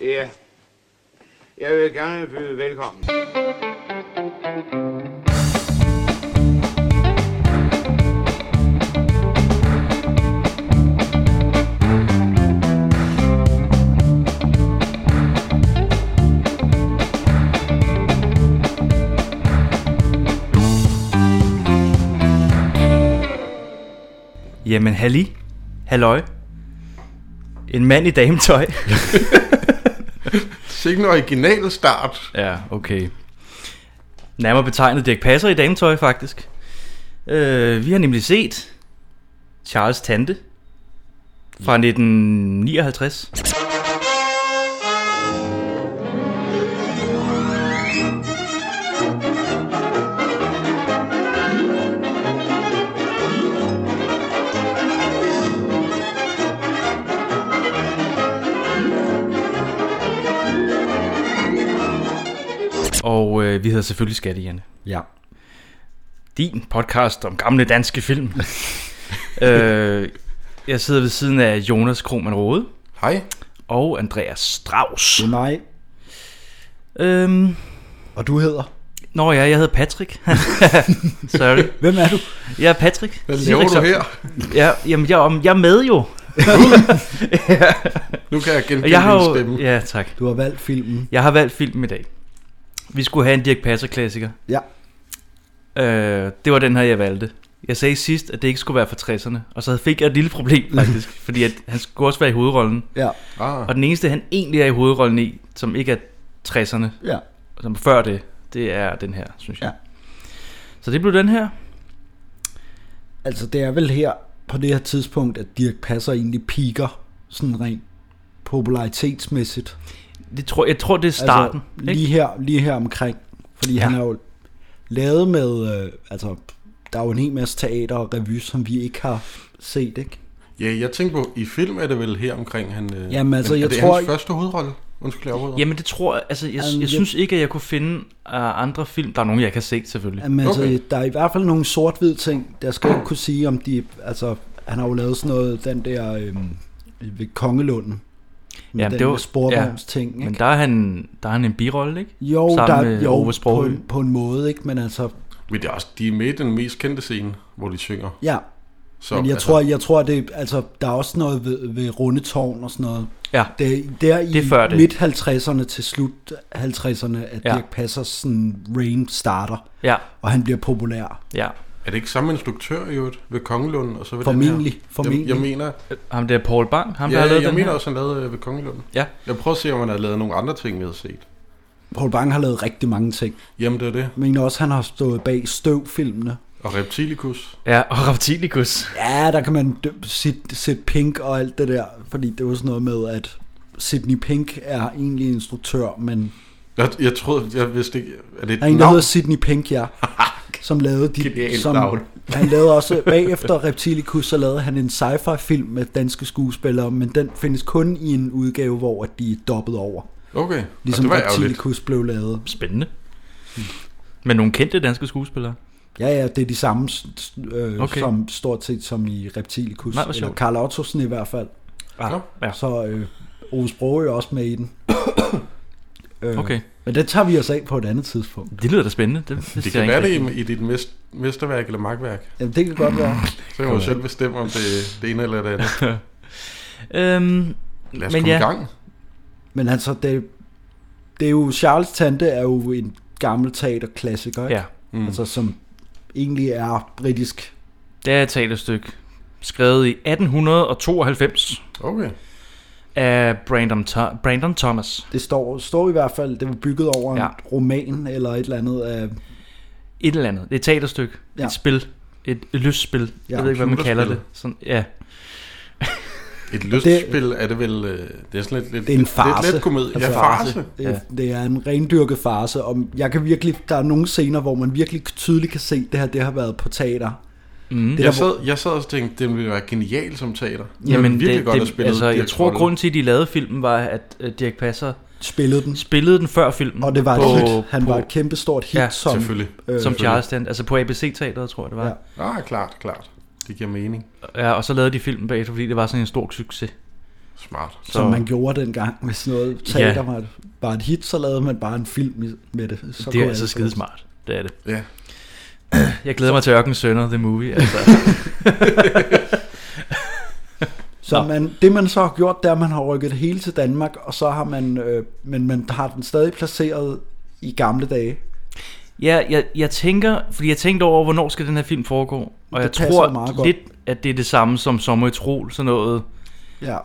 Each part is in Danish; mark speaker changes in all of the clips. Speaker 1: Ja. Jeg vil gerne byde velkommen.
Speaker 2: Jamen, halli. Halløj. En mand i dametøj.
Speaker 3: Sikke en original start.
Speaker 2: ja, okay. Nærmere betegnet Dirk Passer i dametøj, faktisk. Øh, vi har nemlig set Charles Tante fra 1959. Og øh, vi hedder selvfølgelig Skattejerne.
Speaker 4: Ja.
Speaker 2: Din podcast om gamle danske film. øh, jeg sidder ved siden af Jonas Krohmann Rode
Speaker 3: Hej.
Speaker 2: og Andreas Strauss.
Speaker 4: Det er mig.
Speaker 2: Øhm,
Speaker 4: Og du hedder?
Speaker 2: Nå ja, jeg hedder Patrick. Sorry.
Speaker 4: Hvem er du?
Speaker 2: Jeg er Patrick.
Speaker 3: Hvad laver du
Speaker 2: Henriksson.
Speaker 3: her?
Speaker 2: Ja, jamen, jeg, om- jeg er med jo.
Speaker 3: Nu kan jeg genkende
Speaker 2: Og jeg har
Speaker 3: din
Speaker 2: jo...
Speaker 3: stemme.
Speaker 2: Ja, tak.
Speaker 4: Du har valgt filmen.
Speaker 2: Jeg har valgt film i dag. Vi skulle have en Dirk Passer-klassiker.
Speaker 4: Ja.
Speaker 2: Øh, det var den her, jeg valgte. Jeg sagde sidst, at det ikke skulle være fra 60'erne. Og så fik jeg et lille problem, faktisk. fordi at han skulle også være i hovedrollen.
Speaker 4: Ja.
Speaker 3: Ah,
Speaker 2: Og den eneste, han egentlig er i hovedrollen i, som ikke er 60'erne,
Speaker 4: Ja.
Speaker 2: som er før det, det er den her, synes jeg.
Speaker 4: Ja.
Speaker 2: Så det blev den her.
Speaker 4: Altså, det er vel her på det her tidspunkt, at Dirk Passer egentlig piker sådan rent popularitetsmæssigt.
Speaker 2: Det tror, jeg tror, det er starten.
Speaker 4: Altså,
Speaker 2: ikke?
Speaker 4: lige her, lige her omkring. Fordi
Speaker 2: Ja.
Speaker 4: ja. han er jo lavet med, øh, altså, der er jo en hel masse teater og revy, som vi ikke har set, ikke?
Speaker 3: ja, jeg tænker på, i film er det vel her omkring han... øh,
Speaker 4: Jamen, altså,
Speaker 3: men
Speaker 4: jeg
Speaker 3: er det
Speaker 4: tror
Speaker 3: hans
Speaker 4: ikke-
Speaker 3: første hovedrolle? Undskyld, jeg afbryder.
Speaker 2: Jamen det tror jeg, altså jeg, jeg,
Speaker 4: Jamen, jeg-
Speaker 2: synes ikke, at jeg kunne finde uh, andre film. Der er nogen, jeg kan se selvfølgelig.
Speaker 4: Jamen, altså,
Speaker 3: Okay.
Speaker 4: okay. der er i hvert fald nogle sort-hvid ting, der skal jeg ikke kunne sige, om de... Altså, han har jo lavet sådan noget, den der øhm, ved Kongelunden. Med
Speaker 2: Jamen,
Speaker 4: den
Speaker 2: det var-
Speaker 4: med sporvognsting,
Speaker 2: Men
Speaker 4: ikke?
Speaker 2: der er han, der er han en birolle, ikke?
Speaker 4: Jo,
Speaker 2: sammen
Speaker 4: der, er-
Speaker 2: med
Speaker 4: jo
Speaker 2: Ove
Speaker 4: på,
Speaker 2: Sprogøe.
Speaker 4: en, på en måde, ikke? Men altså,
Speaker 3: Men det er også, de er med i den mest kendte scene, hvor de synger.
Speaker 4: ja.
Speaker 3: Så,
Speaker 4: Så, men jeg,
Speaker 3: altså,
Speaker 4: tror, jeg tror, det, altså, der er også noget ved, ved rundetårn og sådan noget.
Speaker 2: Ja,
Speaker 4: Det, der i
Speaker 2: Det er før det.
Speaker 4: midt-50'erne til slut-50'erne, at
Speaker 2: Ja.
Speaker 4: ja. Dirk Passer sådan rain starter,
Speaker 2: ja,
Speaker 4: og han bliver populær.
Speaker 2: ja.
Speaker 3: Er det ikke samme instruktør i øvrigt ved Kongelunden? Og så ved Den
Speaker 4: Formentlig,
Speaker 3: her?
Speaker 4: formentlig.
Speaker 3: Jeg, jeg mener,
Speaker 2: Ham der Paul Bang, ham der
Speaker 3: ja,
Speaker 2: har lavet
Speaker 3: jeg
Speaker 2: den
Speaker 3: mener
Speaker 2: her.
Speaker 3: også, han lavede øh, ved Kongelunden.
Speaker 2: Ja.
Speaker 3: Jeg prøver at se, om han har lavet nogle andre ting, vi har set.
Speaker 4: Paul Bang har lavet rigtig mange ting.
Speaker 3: Jamen, det er det.
Speaker 4: Jeg mener også, han har stået bag støvfilmene.
Speaker 3: Og Reptilicus.
Speaker 2: Ja, og Reptilicus.
Speaker 4: Ja, der kan man dø- sit, sit Pink og alt det der, fordi det var sådan noget med, at Sidney Pink er egentlig instruktør, men
Speaker 3: Jeg, jeg troede, jeg vidste ikke... Er det
Speaker 4: der
Speaker 3: et
Speaker 4: er en, der
Speaker 3: navn?
Speaker 4: hedder Sidney Pink, ja, som lavede de,
Speaker 3: Genialt
Speaker 4: som,
Speaker 3: navn.
Speaker 4: han lavede også, bagefter Reptilicus, så lavede han en sci-fi film med danske skuespillere, men den findes kun i en udgave, hvor at de er dobbet over,
Speaker 3: Okay, og
Speaker 4: ligesom
Speaker 3: det var ærgerligt.
Speaker 4: Reptilicus blev lavet.
Speaker 2: Spændende. Men nogle kendte danske skuespillere.
Speaker 4: Ja, ja, det er de samme, s- s- øh,
Speaker 2: Okay.
Speaker 4: okay. som stort set som i Reptilicus,
Speaker 2: Nej, hvor
Speaker 4: eller
Speaker 2: sjovt.
Speaker 4: Karl Ottosen i hvert fald.
Speaker 3: Nå.
Speaker 2: ja.
Speaker 4: Så øh, Ove Sprogø er også med i den. øh,
Speaker 2: Okay,
Speaker 4: Men det tager vi os af på et andet tidspunkt.
Speaker 2: det lyder da spændende. Det, det,
Speaker 3: Det
Speaker 2: ser jeg
Speaker 3: kan være
Speaker 2: ikke
Speaker 3: det i, i dit mest, mesterværk eller magtværk.
Speaker 4: Jamen, det kan godt være.
Speaker 3: Så kan man selv bestemme, om det, det ene eller det andet.
Speaker 2: rigtigt. Øhm,
Speaker 3: Lad os
Speaker 2: Men
Speaker 3: Men komme
Speaker 2: ja.
Speaker 3: ja. i gang.
Speaker 4: Men altså, det, det er jo... Charles Tante er jo en gammel teaterklassiker, ikke?
Speaker 2: ja,
Speaker 3: Mm.
Speaker 4: Altså, som egentlig er britisk.
Speaker 2: det er et teaterstykke. Skrevet i 1892
Speaker 3: Okay.
Speaker 2: af Brandon, Tho- Brandon Thomas.
Speaker 4: Det står, står i hvert fald, det var bygget over ja.
Speaker 2: Ja.
Speaker 4: en roman eller et eller andet. Af,
Speaker 2: et eller andet. Det er et teaterstykke. Ja.
Speaker 4: Ja.
Speaker 2: Et spil. Et lystspil. Ja,
Speaker 4: Ja,
Speaker 2: jeg ved ikke, hvad man kalder det.
Speaker 3: computerspil.
Speaker 2: Sådan, ja.
Speaker 3: Et lystspil er det vel... øh, Det er sådan lidt... lidt
Speaker 4: det er en
Speaker 3: Det er
Speaker 4: farce.
Speaker 3: lidt komedie. Ja,
Speaker 4: Altså,
Speaker 3: farse.
Speaker 4: det, er, det er en rendyrket farse, og jeg kan virkelig, der er nogle scener, hvor man virkelig tydeligt kan se, at det her det har været på teater.
Speaker 2: Mm.
Speaker 4: Det
Speaker 3: Jeg
Speaker 4: der, hvor-
Speaker 3: sad, jeg sad også og tænkte, det ville være genial som teater.
Speaker 2: Jamen,
Speaker 3: det, virkelig
Speaker 2: det,
Speaker 3: godt
Speaker 2: det,
Speaker 3: at spille
Speaker 2: altså, jeg
Speaker 3: Dirk
Speaker 2: tror,
Speaker 3: Rolle.
Speaker 2: grunden til, at de lavede filmen, var, at øh, Dirk Passer
Speaker 4: spillede den.
Speaker 2: spillede den før filmen.
Speaker 4: Og det var et
Speaker 2: på,
Speaker 4: hit. Han
Speaker 2: på,
Speaker 4: var et kæmpestort hit
Speaker 2: Ja,
Speaker 4: ja, som,
Speaker 3: Selvfølgelig.
Speaker 4: øh,
Speaker 2: som Charles Stand, altså på ABC-teateret, tror jeg, det var.
Speaker 4: Ja.
Speaker 3: Ah, klart, klart. Det giver mening.
Speaker 2: Ja. ja. og så lavede de filmen bagefter, fordi det var sådan en stor succes.
Speaker 3: Smart.
Speaker 4: Så. Som man gjorde dengang, hvis noget teater ja. var, et, var et hit, så lavede man bare en film i- med det. Så
Speaker 2: det
Speaker 4: kunne
Speaker 2: er altså
Speaker 4: alt
Speaker 2: skide smart. Det er det.
Speaker 3: Ja.
Speaker 2: Jeg glæder mig til Ørken Sønder, The Movie. Altså.
Speaker 4: Så
Speaker 2: Nå.
Speaker 4: man, det man så har gjort, det er, at man har rykket det hele til Danmark, og så har man, øh, men man har den stadig placeret i gamle dage.
Speaker 2: ja, jeg, jeg tænker, fordi jeg tænkte over, hvornår skal den her film foregå. Og
Speaker 4: Det
Speaker 2: jeg
Speaker 4: passer
Speaker 2: tror
Speaker 4: meget godt.
Speaker 2: lidt, at det er det samme som Sommer i Trol, sådan noget.
Speaker 4: Ja,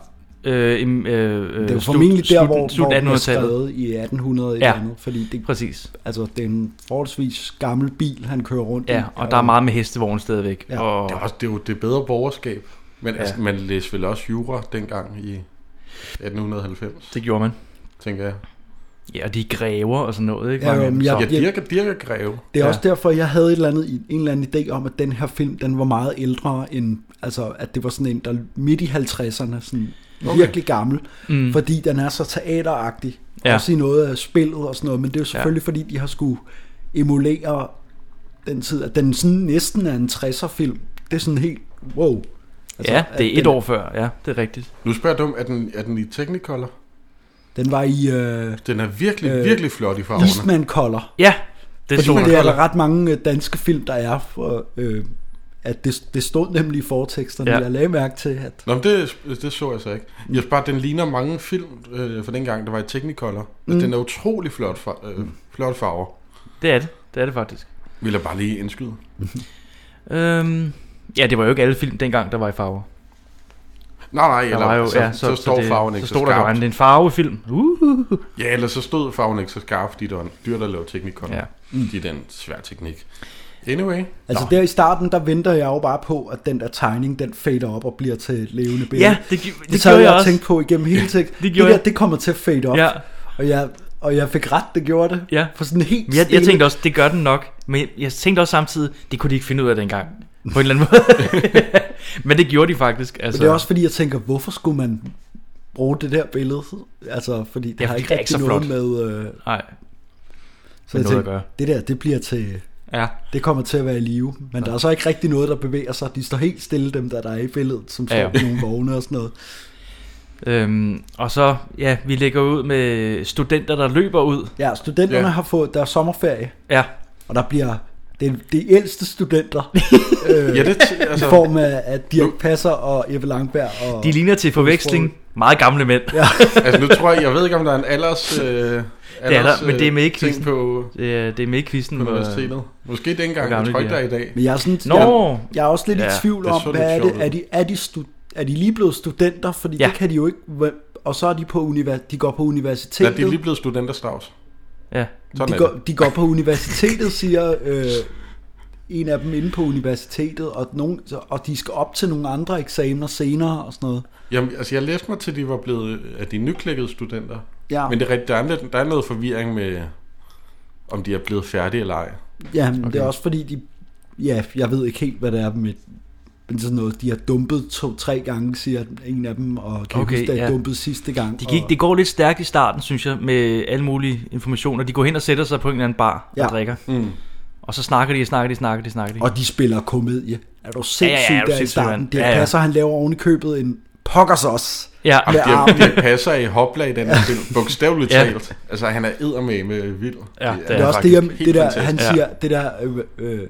Speaker 2: Øh, im- øh, øh,
Speaker 4: det er jo
Speaker 2: slut-
Speaker 4: formentlig der,
Speaker 2: slutten-
Speaker 4: hvor,
Speaker 2: slut
Speaker 4: hvor den er
Speaker 2: 1800-tallet.
Speaker 4: skrevet i 1800 ja.
Speaker 2: Ja.
Speaker 4: eller andet, fordi det,
Speaker 2: Præcis.
Speaker 4: altså, det er en forholdsvis gammel bil, han kører rundt i. Øh,
Speaker 2: Ja, og der er meget med hestevogn stadigvæk.
Speaker 4: Ja.
Speaker 2: og,
Speaker 3: Det er, også, det er jo det bedre borgerskab. Men ja.
Speaker 2: Ja.
Speaker 3: altså, man læste vel også jura dengang i 1890,
Speaker 2: det gjorde man.
Speaker 3: tænker jeg.
Speaker 2: Ja, og de grever og sådan noget, ikke?
Speaker 4: Ja,
Speaker 2: Mange af
Speaker 4: jo,
Speaker 2: dem.
Speaker 4: men jeg-
Speaker 2: Så-
Speaker 3: Ja, Dirk er, Dirk er greve.
Speaker 4: Det er ja.
Speaker 2: Ja.
Speaker 4: også derfor, jeg havde et eller andet, en eller anden idé om, at den her film, den var meget ældre end, altså at det var sådan en, der midt i 50'erne, sådan okay. virkelig gammel, mm. fordi den er så teateragtig, ja.
Speaker 2: Ja.
Speaker 4: også i noget af spillet og sådan noget, men det er jo selvfølgelig, ja. fordi de har skulle emulere den tid, at den sådan næsten er en 60'er film, det er sådan helt, wow. Altså,
Speaker 2: ja,
Speaker 4: at
Speaker 2: det er et
Speaker 4: den,
Speaker 2: år før. Ja, det er rigtigt.
Speaker 3: Nu spørger du, om, er den, er den i Technicolor?
Speaker 4: Den var i øh,
Speaker 3: Den er virkelig,
Speaker 4: Øh,
Speaker 3: øh, virkelig flot i farverne.
Speaker 4: Eastman Color,
Speaker 2: Ja, det
Speaker 4: Fordi
Speaker 2: stod
Speaker 4: det
Speaker 2: der.
Speaker 4: er der ret mange øh, danske film, der er for, øh, at det, det stod nemlig i forteksterne. Ja.
Speaker 2: Ja.
Speaker 4: Jeg lagde mærke til, at
Speaker 3: Nå, men det, det så jeg så ikke. Jeg synes bare, den ligner mange film øh, fra dengang, der var i Technicolor. Mm. Den er utrolig flot, far, øh,
Speaker 2: Mm.
Speaker 3: flot farver.
Speaker 2: Det er det. Det er det faktisk.
Speaker 3: Vil jeg bare lige indskyde.
Speaker 2: Øhm, ja, det var jo ikke alle film dengang, der var i farver.
Speaker 3: Nej, nej,
Speaker 2: Der
Speaker 3: eller,
Speaker 2: var jo,
Speaker 3: så,
Speaker 2: ja,
Speaker 3: så, så, står
Speaker 2: det-
Speaker 3: farven ikke
Speaker 2: så
Speaker 3: så,
Speaker 2: stod der jo,
Speaker 3: skarpt.
Speaker 2: at det er en farvefilm. Uh,
Speaker 3: Ja, eller så stod farven ikke så skarpt, fordi der var en dyr, der lavede teknikon.
Speaker 2: Ja.
Speaker 3: Ja. Det er den svær teknik. Anyway.
Speaker 4: altså
Speaker 3: Nå,
Speaker 4: der i starten, der venter jeg jo bare på, at den der tegning, den fader op og bliver til et levende billede.
Speaker 2: ja, det, gi- det,
Speaker 4: det
Speaker 2: det
Speaker 4: sad
Speaker 2: gjorde
Speaker 4: jeg
Speaker 2: jeg
Speaker 4: og
Speaker 2: også.
Speaker 4: tænkte på igennem hele teksten. det,
Speaker 2: gjorde
Speaker 4: det, der,
Speaker 2: jeg.
Speaker 4: det kommer til at fade op.
Speaker 2: Ja,
Speaker 4: Og, jeg, og jeg fik ret, det gjorde det.
Speaker 2: Ja.
Speaker 4: For sådan helt
Speaker 2: men jeg, jeg
Speaker 4: stille.
Speaker 2: tænkte også, det gør den nok. Men jeg, jeg tænkte også samtidig, det kunne de ikke finde ud af dengang. På en eller anden måde. men det gjorde de faktisk. Altså.
Speaker 4: Men det er også fordi, jeg tænker, hvorfor skulle man bruge det der billede? Altså, fordi det
Speaker 2: Ja,
Speaker 4: har
Speaker 2: fordi
Speaker 4: ikke
Speaker 2: det er ikke
Speaker 4: rigtig
Speaker 2: så
Speaker 4: noget
Speaker 2: flot.
Speaker 4: med... Øh,
Speaker 2: Nej,
Speaker 4: så
Speaker 2: Med
Speaker 4: jeg
Speaker 2: noget at
Speaker 4: tænkte,
Speaker 2: gøre.
Speaker 4: det der, det bliver til...
Speaker 2: ja.
Speaker 4: Det kommer til at være i live, men der er så ikke rigtig noget, der bevæger sig. De står helt stille, dem der, der er i billedet, som står
Speaker 2: Ja, ja.
Speaker 4: på nogle vogne og sådan noget.
Speaker 2: Øhm, og så, ja, vi lægger ud med studenter, der løber ud.
Speaker 4: Ja, studenterne ja.
Speaker 3: Ja.
Speaker 4: har fået deres sommerferie,
Speaker 2: Ja,
Speaker 4: og der bliver det er de ældste studenter øh,
Speaker 3: Ja,
Speaker 4: ja,
Speaker 3: det, t-
Speaker 4: altså, i
Speaker 3: altså,
Speaker 4: form af at Dirk Passer og Ebbe Langberg. Og,
Speaker 2: de ligner til forveksling meget gamle mænd. Ja.
Speaker 3: altså, nu tror jeg, jeg ved ikke, om der er en alders... Øh, alders
Speaker 2: er der, men det er med i
Speaker 3: øh, ting
Speaker 2: quizzen.
Speaker 3: på,
Speaker 2: Det er med i quizzen.
Speaker 3: på
Speaker 2: hvor-
Speaker 3: universitetet. Måske dengang,
Speaker 2: Hvor
Speaker 3: jeg
Speaker 2: gamle
Speaker 3: tror ikke,
Speaker 2: de
Speaker 3: der
Speaker 2: er.
Speaker 3: er i dag.
Speaker 4: men jeg er, sådan,
Speaker 2: Nå.
Speaker 4: jeg, jeg er også lidt ja,
Speaker 2: Ja,
Speaker 4: i tvivl
Speaker 3: det
Speaker 4: om,
Speaker 3: så lidt
Speaker 4: hvad er
Speaker 3: sjovt
Speaker 4: det?
Speaker 3: ud.
Speaker 4: Er de, er, de stu, er de lige blevet studenter? Fordi ja.
Speaker 2: Ja.
Speaker 4: det kan de jo ikke... Og så er de på univer, de går på
Speaker 3: Ja,
Speaker 4: universitetet.
Speaker 3: de er lige blevet studenterstavs.
Speaker 2: Ja.
Speaker 3: Sådan
Speaker 4: de,
Speaker 3: er
Speaker 4: går,
Speaker 3: det.
Speaker 4: de går på universitetet, siger øh, en af dem inde på universitetet, og, nogen, og de skal op til nogle andre eksamener senere og sådan noget.
Speaker 3: Jamen, altså, jeg læste mig til, at de var blevet... øh, At de er nyklækkede studenter.
Speaker 4: Ja,
Speaker 3: Men det er rigtigt, der er, lidt, der er noget forvirring med, om de er blevet færdige eller ej.
Speaker 4: ja men okay. det er også fordi, de, ja, jeg ved ikke helt, hvad det er med men sådan noget, de har dumpet to-tre gange, siger en af dem, og kan okay,
Speaker 2: Okay,
Speaker 4: huske, at ja.
Speaker 2: ja.
Speaker 4: dumpet sidste gang.
Speaker 2: De gik,
Speaker 4: og,
Speaker 2: det går lidt stærkt i starten, synes jeg, med alle mulige informationer. De går hen og sætter sig på en eller anden bar
Speaker 4: Ja.
Speaker 2: og drikker.
Speaker 3: Mm.
Speaker 2: Og så snakker de, snakker de, snakker de, snakker de.
Speaker 4: og de spiller komedie. Er du sindssyg
Speaker 2: Ja, ja, er
Speaker 4: ja, ja,
Speaker 2: du
Speaker 4: der i
Speaker 2: sindssyg,
Speaker 4: starten?
Speaker 2: mand?
Speaker 4: Det
Speaker 2: Ja, ja.
Speaker 4: passer, han laver oven i købet en pokkers også.
Speaker 2: ja,
Speaker 3: Jamen,
Speaker 4: Med
Speaker 3: det,
Speaker 4: armen.
Speaker 3: det passer i hopla i den her film, bogstaveligt
Speaker 2: Ja.
Speaker 3: talt. Altså, han er eddermame vild.
Speaker 2: Ja, det er
Speaker 4: Det er også
Speaker 3: faktisk
Speaker 4: det, jeg,
Speaker 3: helt
Speaker 4: det der,
Speaker 3: fantastisk.
Speaker 4: han
Speaker 2: Ja.
Speaker 4: siger, det der øh, øh,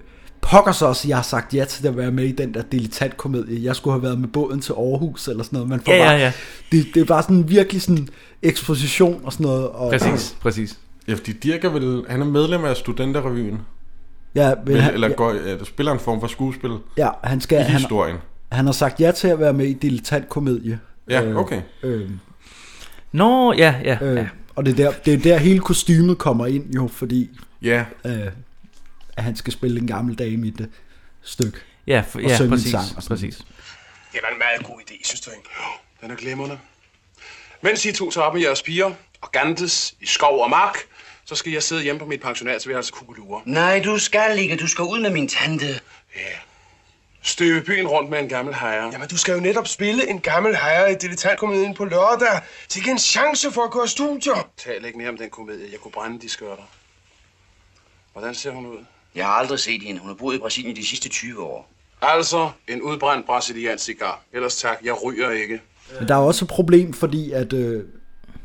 Speaker 4: pokker så også, jeg har sagt ja til at være med i den der dilettantkomedie. Jeg skulle have været med båden til Aarhus eller sådan noget. Man får
Speaker 2: Ja, ja,
Speaker 4: bare,
Speaker 2: ja.
Speaker 4: Det, det var sådan virkelig sådan eksposition og sådan noget. Og,
Speaker 2: præcis, præcis.
Speaker 3: Ja, fordi Dirk er vel, han er medlem af Studenterrevyen,
Speaker 4: Ja, men,
Speaker 3: ja,
Speaker 4: han,
Speaker 3: eller
Speaker 4: eller,
Speaker 3: ja. Går, eller spiller en form for skuespil ja,
Speaker 4: ja, han, skal,
Speaker 3: i
Speaker 4: han,
Speaker 3: historien.
Speaker 4: han har sagt ja til at være med i dilettantkomedie.
Speaker 3: Ja, okay.
Speaker 4: Øh,
Speaker 2: Nå, ja, ja,
Speaker 4: øh,
Speaker 2: ja.
Speaker 4: Og det er, der, det er der hele kostymet kommer ind jo, fordi
Speaker 3: Ja,
Speaker 4: øh, at han skal spille en gammel dame i det stykke.
Speaker 2: Ja, f-
Speaker 4: og synge
Speaker 2: ja
Speaker 4: en
Speaker 2: præcis,
Speaker 4: sang og sådan
Speaker 2: præcis.
Speaker 5: Det var en meget god idé, synes du ikke?
Speaker 6: Den er glimrende. Mens I to tager op med jeres piger og gantes i skov og mark, så skal jeg sidde hjemme på mit pensionatsværelse kugelure.
Speaker 7: Nej, du skal ikke. Du skal ud med min tante.
Speaker 6: Støve byen rundt med en gammel hejre.
Speaker 5: Jamen, du skal jo netop spille en gammel herre i dilettantkomedien på lørdag. Så ikke en chance for at gå i studier.
Speaker 6: Tal ikke mere om den komedie. Jeg kunne brænde de skørter. Hvordan ser hun ud?
Speaker 7: Jeg har aldrig set hende. Hun har boet i Brasilien de sidste 20 år.
Speaker 6: Altså, en udbrændt brasiliansk cigar. Ellers tak, jeg ryger ikke.
Speaker 4: Men der er også et problem, fordi at øh,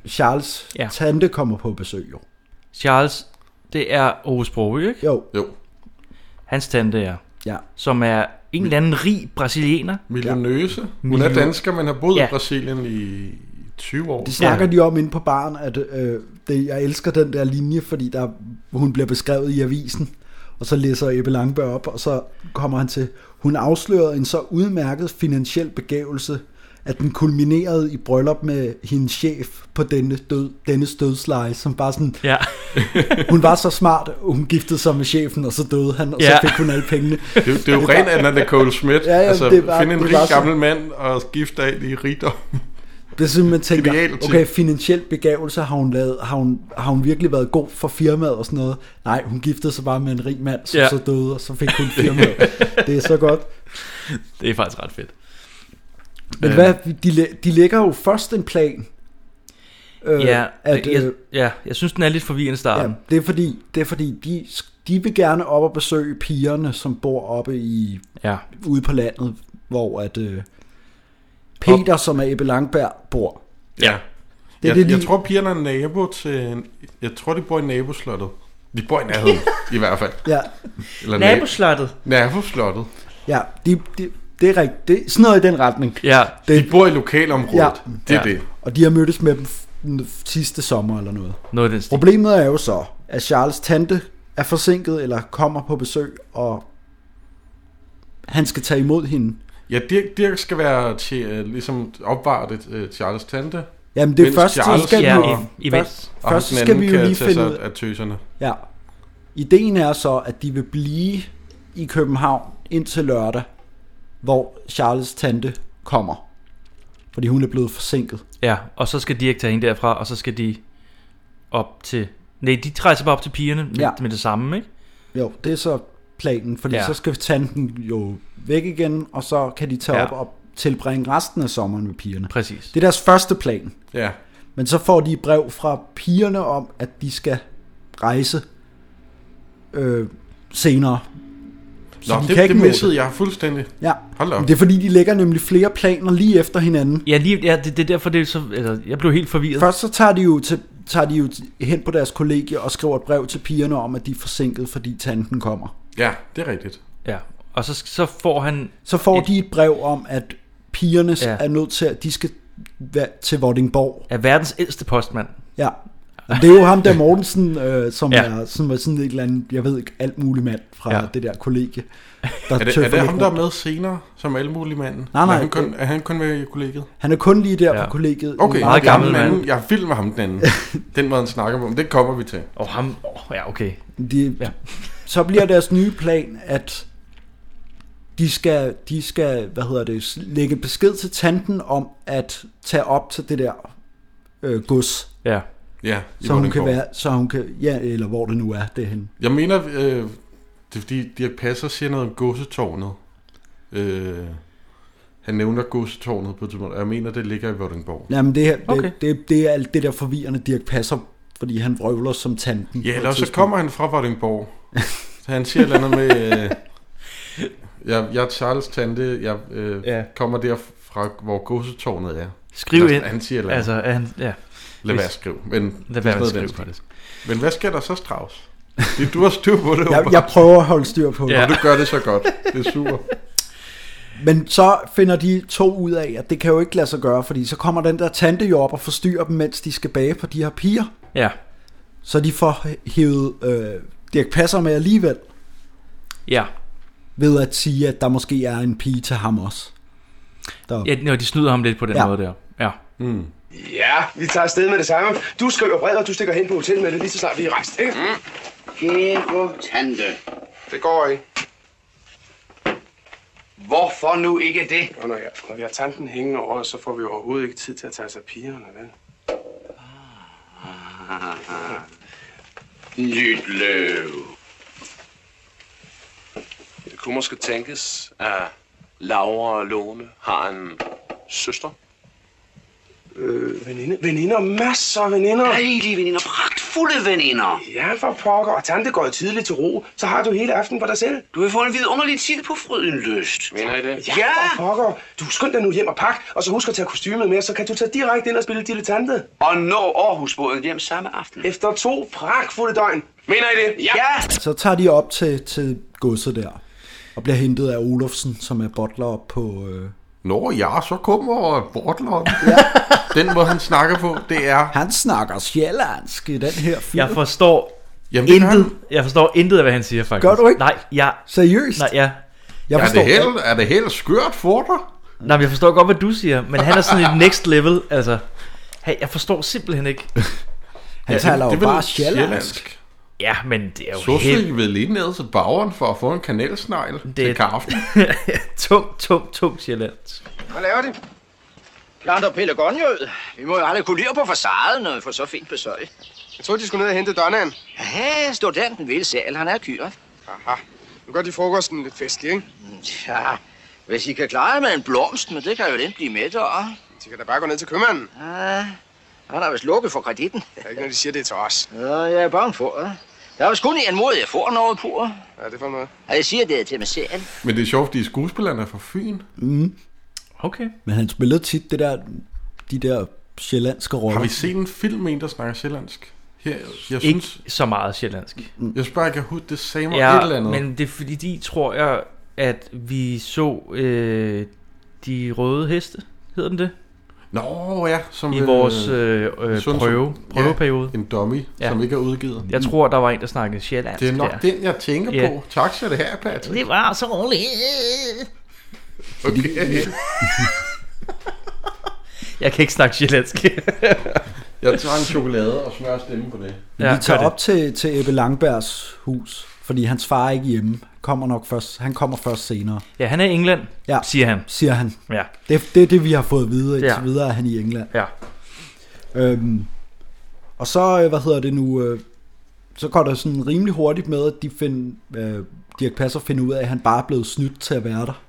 Speaker 4: Charles
Speaker 2: Ja.
Speaker 4: ja. tante kommer på besøg jo.
Speaker 2: Charles, det er Ove Sprogø, ikke?
Speaker 4: Jo,
Speaker 3: Jo,
Speaker 2: Hans tante er,
Speaker 4: ja.
Speaker 2: som er en eller anden rig brasilianer.
Speaker 3: millionøse. Hun er
Speaker 2: Millionø-
Speaker 3: dansker, men har boet
Speaker 2: Ja.
Speaker 3: i Brasilien i 20 år.
Speaker 4: Det snakker ja. de om inde på baren, at øh, det, jeg elsker den der linje, fordi der, hun bliver beskrevet i avisen, og så læser Ebbe Langberg op, og så kommer han til, hun afslørede en så udmærket finansiel begævelse, at den kulminerede i bryllup med hendes chef på denne, død, denne dødsleje, som bare sådan,
Speaker 2: Ja.
Speaker 4: hun var så smart, hun giftede sig med chefen, og så døde han, og ja.
Speaker 2: Ja.
Speaker 4: så fik hun alle pengene.
Speaker 3: Det, er jo- det er jo ren Anna Nicole Smith.
Speaker 4: Ja, ja,
Speaker 3: altså,
Speaker 4: det er bare-
Speaker 3: finde en
Speaker 4: det er
Speaker 3: rig
Speaker 4: bare sådan-
Speaker 3: gammel mand og skifte af i rigdom.
Speaker 4: Det er simpelthen, man
Speaker 3: Genial
Speaker 4: tænker,
Speaker 3: ting.
Speaker 4: okay, finansiel begævelse, har hun, lavet, har, hun, har hun virkelig været god for firmaet og sådan noget? Nej, hun giftede sig bare med en rig mand, som
Speaker 2: Ja.
Speaker 4: ja. så døde, og så fik hun firmaet. det er så godt.
Speaker 2: Det er faktisk ret fedt.
Speaker 4: Men
Speaker 2: Øh.
Speaker 4: hvad, de, læ- de lægger jo først en plan. Øh,
Speaker 2: ja,
Speaker 4: at,
Speaker 2: jeg,
Speaker 4: øh,
Speaker 2: ja, jeg synes, den er lidt forvirrende i starten.
Speaker 4: ja, det er fordi, det er fordi de, de vil gerne op og besøge pigerne, som bor oppe i
Speaker 2: Ja.
Speaker 4: ude på landet, hvor at øh, Peter, som er Ebbe Langberg, bor.
Speaker 2: ja.
Speaker 4: Det er
Speaker 3: jeg,
Speaker 4: det, de-
Speaker 3: jeg tror, pigerne er nabo til... en- Jeg tror, de bor i naboslottet. De bor i nærheden, i hvert fald.
Speaker 4: Ja,
Speaker 3: Eller na-
Speaker 2: Naboslottet.
Speaker 3: naboslottet.
Speaker 4: ja de, de, det er rigtigt. Det er sådan noget i den retning.
Speaker 2: Ja.
Speaker 3: De bor i lokalområdet.
Speaker 4: Ja.
Speaker 3: Det er
Speaker 2: Ja.
Speaker 3: det.
Speaker 4: Og de har mødtes med dem f- den sidste sommer eller noget.
Speaker 2: Noget af den stil.
Speaker 4: Problemet er jo så, at Charles' tante er forsinket eller kommer på besøg, og han skal tage imod hende.
Speaker 3: Ja, Dirk, Dirk skal være til, øh, ligesom opvare det, øh, Charles' tante.
Speaker 4: Jamen det er
Speaker 3: Mens
Speaker 4: først, så
Speaker 3: Charles
Speaker 4: skal vi
Speaker 2: Ja,
Speaker 4: jo,
Speaker 2: i, i
Speaker 4: først,
Speaker 2: vest.
Speaker 3: Og
Speaker 4: først
Speaker 3: den
Speaker 4: skal
Speaker 3: anden
Speaker 4: vi jo
Speaker 3: kan
Speaker 4: lige
Speaker 3: tage
Speaker 4: finde
Speaker 3: sig
Speaker 4: ud
Speaker 3: af tøserne.
Speaker 4: Ja. Ideen er så, at de vil blive i København indtil lørdag, hvor Charles' tante kommer. Fordi hun er blevet forsinket.
Speaker 2: Ja, og så skal de ikke tage hende derfra, og så skal de op til... Nej, de rejser bare op til pigerne med, ja.
Speaker 4: Ja.
Speaker 2: med det samme, ikke?
Speaker 4: Jo, det er så planen, fordi
Speaker 2: Ja.
Speaker 4: ja. så skal tanten jo væk igen, og så kan de tage
Speaker 2: Ja.
Speaker 4: ja. op og tilbringe resten af sommeren med pigerne.
Speaker 2: Præcis.
Speaker 4: Det er deres første plan.
Speaker 3: Ja,
Speaker 4: Men så får de et brev fra pigerne om, at de skal rejse øh, senere.
Speaker 3: Nå,
Speaker 4: de
Speaker 3: det,
Speaker 4: kan
Speaker 3: det,
Speaker 4: ikke
Speaker 3: det
Speaker 4: nå
Speaker 3: missede jeg fuldstændig.
Speaker 4: Ja,
Speaker 3: Hold da op.
Speaker 4: Men det er fordi, de lægger nemlig flere planer lige efter hinanden.
Speaker 2: Ja, lige, ja det, det er derfor, det er så... Altså, jeg blev helt forvirret.
Speaker 4: Først så tager de jo til tager de jo t- hen på deres kollegie og skriver et brev til pigerne om, at de er forsinket, fordi tanten kommer.
Speaker 3: Ja, det er rigtigt.
Speaker 2: Ja, og så, så får han...
Speaker 4: Så får
Speaker 2: Et-
Speaker 4: et, de et brev om, at pigerne
Speaker 2: Ja.
Speaker 4: ja. er nødt til, at de skal væ- til Vordingborg.
Speaker 2: Er verdens ældste postmand.
Speaker 4: Ja. Og Det er jo ham der Mortensen, øh, som,
Speaker 2: Ja.
Speaker 4: ja. er, som er sådan et eller andet, jeg ved ikke, alt mulig mand fra
Speaker 2: Ja.
Speaker 4: ja. det der kollegie. Der
Speaker 3: Er det, er det ham, der er med senere, som almulig manden?
Speaker 4: Nej,
Speaker 3: Eller
Speaker 4: nej,
Speaker 3: Er han kun,
Speaker 4: det-
Speaker 3: er han kun med i kollegiet?
Speaker 4: Han er kun lige der
Speaker 2: Ja.
Speaker 4: ja. på kollegiet.
Speaker 3: Okay,
Speaker 2: meget
Speaker 3: det er ham
Speaker 2: gammel
Speaker 3: den anden.
Speaker 2: mand.
Speaker 3: Jeg er vild med ham den anden. Den måde, han snakker på. Men det kommer vi til.
Speaker 2: Og ham... Oh, ja, okay.
Speaker 4: De,
Speaker 2: Ja.
Speaker 4: ja. Så bliver deres nye plan, at de skal, de skal hvad hedder det, lægge besked til tanten om at tage op til det der øh, gods,
Speaker 2: Ja.
Speaker 3: Ja, i
Speaker 4: så hun, kan
Speaker 3: Vordingborg.
Speaker 4: være, så hun kan, ja, eller hvor det nu er, det er henne.
Speaker 3: Jeg mener, øh, det er fordi Dirk Passer siger noget om godsetårnet. Øh, han nævner godsetårnet på et tidspunkt, og jeg mener, det ligger i Vordingborg.
Speaker 4: Jamen det, her, det,
Speaker 2: Okay.
Speaker 4: okay. det, det er alt det der forvirrende Dirk Passer, fordi han vrøvler som tanten.
Speaker 3: Ja,
Speaker 4: på et
Speaker 3: eller også så
Speaker 4: tidspunkt.
Speaker 3: kommer han fra Vordingborg. Så han siger et eller andet med, øh, jeg, jeg er Charles tante, jeg øh,
Speaker 2: Ja.
Speaker 3: ja. kommer derfra, hvor godsetårnet er.
Speaker 2: Skriv
Speaker 3: Eller
Speaker 2: ind.
Speaker 3: Han siger et eller andet.
Speaker 2: Altså, er han... Ja,
Speaker 3: Lad
Speaker 2: hvis-
Speaker 3: være at skrive. Men,
Speaker 2: lad være med at
Speaker 3: sådan
Speaker 2: skrive
Speaker 3: noget
Speaker 2: på
Speaker 3: den
Speaker 2: det.
Speaker 3: stil. Men hvad sker der så, Strauss? Det, du har styr på det,
Speaker 4: Jeg,
Speaker 3: åbenbart.
Speaker 4: jeg prøver at holde styr på det.
Speaker 2: Ja.
Speaker 3: Og du gør det så godt. Det er super.
Speaker 4: Men så finder de to ud af, at det kan jo ikke lade sig gøre, fordi så kommer den der tante jo op og forstyrrer dem, mens de skal bage på de her piger.
Speaker 2: Ja.
Speaker 4: Så de får hævet øh, Dirk Passer med alligevel,
Speaker 2: Ja.
Speaker 4: ved at sige, at der måske er en pige til ham også. Der,
Speaker 2: ja når de snyder ham lidt på den ja.
Speaker 4: Ja.
Speaker 2: måde der. Ja.
Speaker 5: Ja, vi tager afsted med det samme. Du skriver brev, og du stikker hen på hotellet med det lige så snart vi er rejst, ikke? Mm.
Speaker 7: Kære tante.
Speaker 5: Det går ikke.
Speaker 7: Hvorfor nu ikke det?
Speaker 5: Og når, jeg, når vi har tanten hængende over os, så får vi overhovedet ikke tid til at tage os af pigerne, vel?
Speaker 7: Nyt løv.
Speaker 6: Det kunne måske tænkes, at Laura Lone har en søster.
Speaker 5: Øh, veninder, veninder, masser af veninder.
Speaker 7: Dejlige veninder, pragt fulde veninder.
Speaker 5: Ja, for pokker, og tante går jo tidligt til ro, så har du hele aftenen for dig selv.
Speaker 7: Du vil få en vidunderlig tid på frydenlyst.
Speaker 6: Mener I det?
Speaker 7: Ja!
Speaker 5: For pokker, du skynd dig nu hjem og pak, og så husk at tage kostymet med, så kan du tage direkte ind og spille dilettante.
Speaker 7: Og når Aarhusbåden hjem samme aften.
Speaker 5: Efter to pragtfulde døgn.
Speaker 6: Mener I det?
Speaker 7: Ja!
Speaker 4: Så tager de op til, til godset der, og bliver hentet af Olofsen, som er bottler op på... Øh,
Speaker 3: Nå ja, så kommer Bortlund. Ja. Den måde, han snakker på, det er...
Speaker 4: han snakker sjællandsk i den her film.
Speaker 2: Jeg forstår
Speaker 3: Jamen, det er,
Speaker 2: intet, jeg forstår intet af, hvad han siger, faktisk.
Speaker 4: Gør du ikke?
Speaker 2: Nej, jeg,
Speaker 4: Seriøst?
Speaker 2: nej, jeg,
Speaker 4: jeg
Speaker 3: er, det
Speaker 4: ikke.
Speaker 3: helt, er det helt skørt for dig?
Speaker 2: nej, men jeg forstår godt, hvad du siger, men han er sådan et next level, altså. Hey, jeg forstår simpelthen ikke.
Speaker 4: Han taler jo bare sjællandsk.
Speaker 2: Ja, men det er jo helt
Speaker 3: Sosse vil lige ned til bageren for at få en kanelsnegl det... til kaffen.
Speaker 2: tung, tung, tung sjællandsk.
Speaker 8: Hvad laver de? Planter pille gonjød. Vi må jo aldrig kunne lide på facaden og få så fint besøg.
Speaker 5: Jeg troede, de skulle ned og hente donnaen.
Speaker 8: Ja, studenten vil selv, han er kyret.
Speaker 5: Aha, nu gør de frokosten lidt festlig, ikke?
Speaker 8: Ja, hvis I kan klare jer med en blomst, men det kan jo den blive med over.
Speaker 5: De kan da bare gå ned til købmanden.
Speaker 8: Ja, han har vist lukket for kreditten.
Speaker 5: Ja, ikke når de siger det er til os.
Speaker 8: Ja, jeg er bange for det. Der er vist kun en måde, jeg får noget på.
Speaker 5: Ja, det er for noget.
Speaker 8: Og jeg siger det til mig selv.
Speaker 3: Men det er sjovt, fordi skuespillerne er fra Fyn.
Speaker 2: Okay.
Speaker 4: Men han spillede tit det der, de der sjællandske
Speaker 3: Har
Speaker 4: roller.
Speaker 3: vi set en film med en, der snakker sjællandsk? Her, jeg
Speaker 2: Ikke
Speaker 3: synes,
Speaker 2: så meget sjællandsk.
Speaker 3: jeg synes bare, jeg kan huske, det sagde mig ja, et eller
Speaker 2: Ja,
Speaker 3: andet. Men...
Speaker 2: men det er fordi, de tror jeg, at vi så øh, de røde heste, hedder den det,
Speaker 3: Nå ja, som
Speaker 2: i
Speaker 3: øh,
Speaker 2: vores øh, øh,
Speaker 3: Sundsom-
Speaker 2: prøve, prøveperiode.
Speaker 3: Ja, en dummy,
Speaker 2: Ja.
Speaker 3: ja. som ikke er udgivet.
Speaker 2: Jeg tror, der var en, der snakkede sjællandsk
Speaker 3: Det er nok
Speaker 2: der.
Speaker 3: den, jeg tænker
Speaker 2: Ja.
Speaker 3: på. Tak skal det her, Patrick.
Speaker 2: Det var så roligt.
Speaker 3: Okay.
Speaker 2: Jeg kan ikke snakke sjællandsk.
Speaker 3: Jeg tager en chokolade og smører stemme på det.
Speaker 2: ja,
Speaker 4: Vi
Speaker 2: gør
Speaker 4: tager
Speaker 2: det.
Speaker 4: op til, til Ebbe Langbergs hus, fordi hans far er ikke hjemme. Kommer nok først, han kommer først senere,
Speaker 2: Ja, han er i England,
Speaker 4: Ja.
Speaker 2: ja. siger han.
Speaker 4: siger han.
Speaker 2: Ja,
Speaker 4: Det, det er det, vi har fået at vide indtil
Speaker 2: Ja.
Speaker 4: videre, er han i England.
Speaker 2: ja.
Speaker 4: Øhm, og så, øh, hvad hedder det nu, øh, så går der sådan rimelig hurtigt med, at de find, øh, Dirk Passer finder ud af, at han bare er blevet snydt til at være der.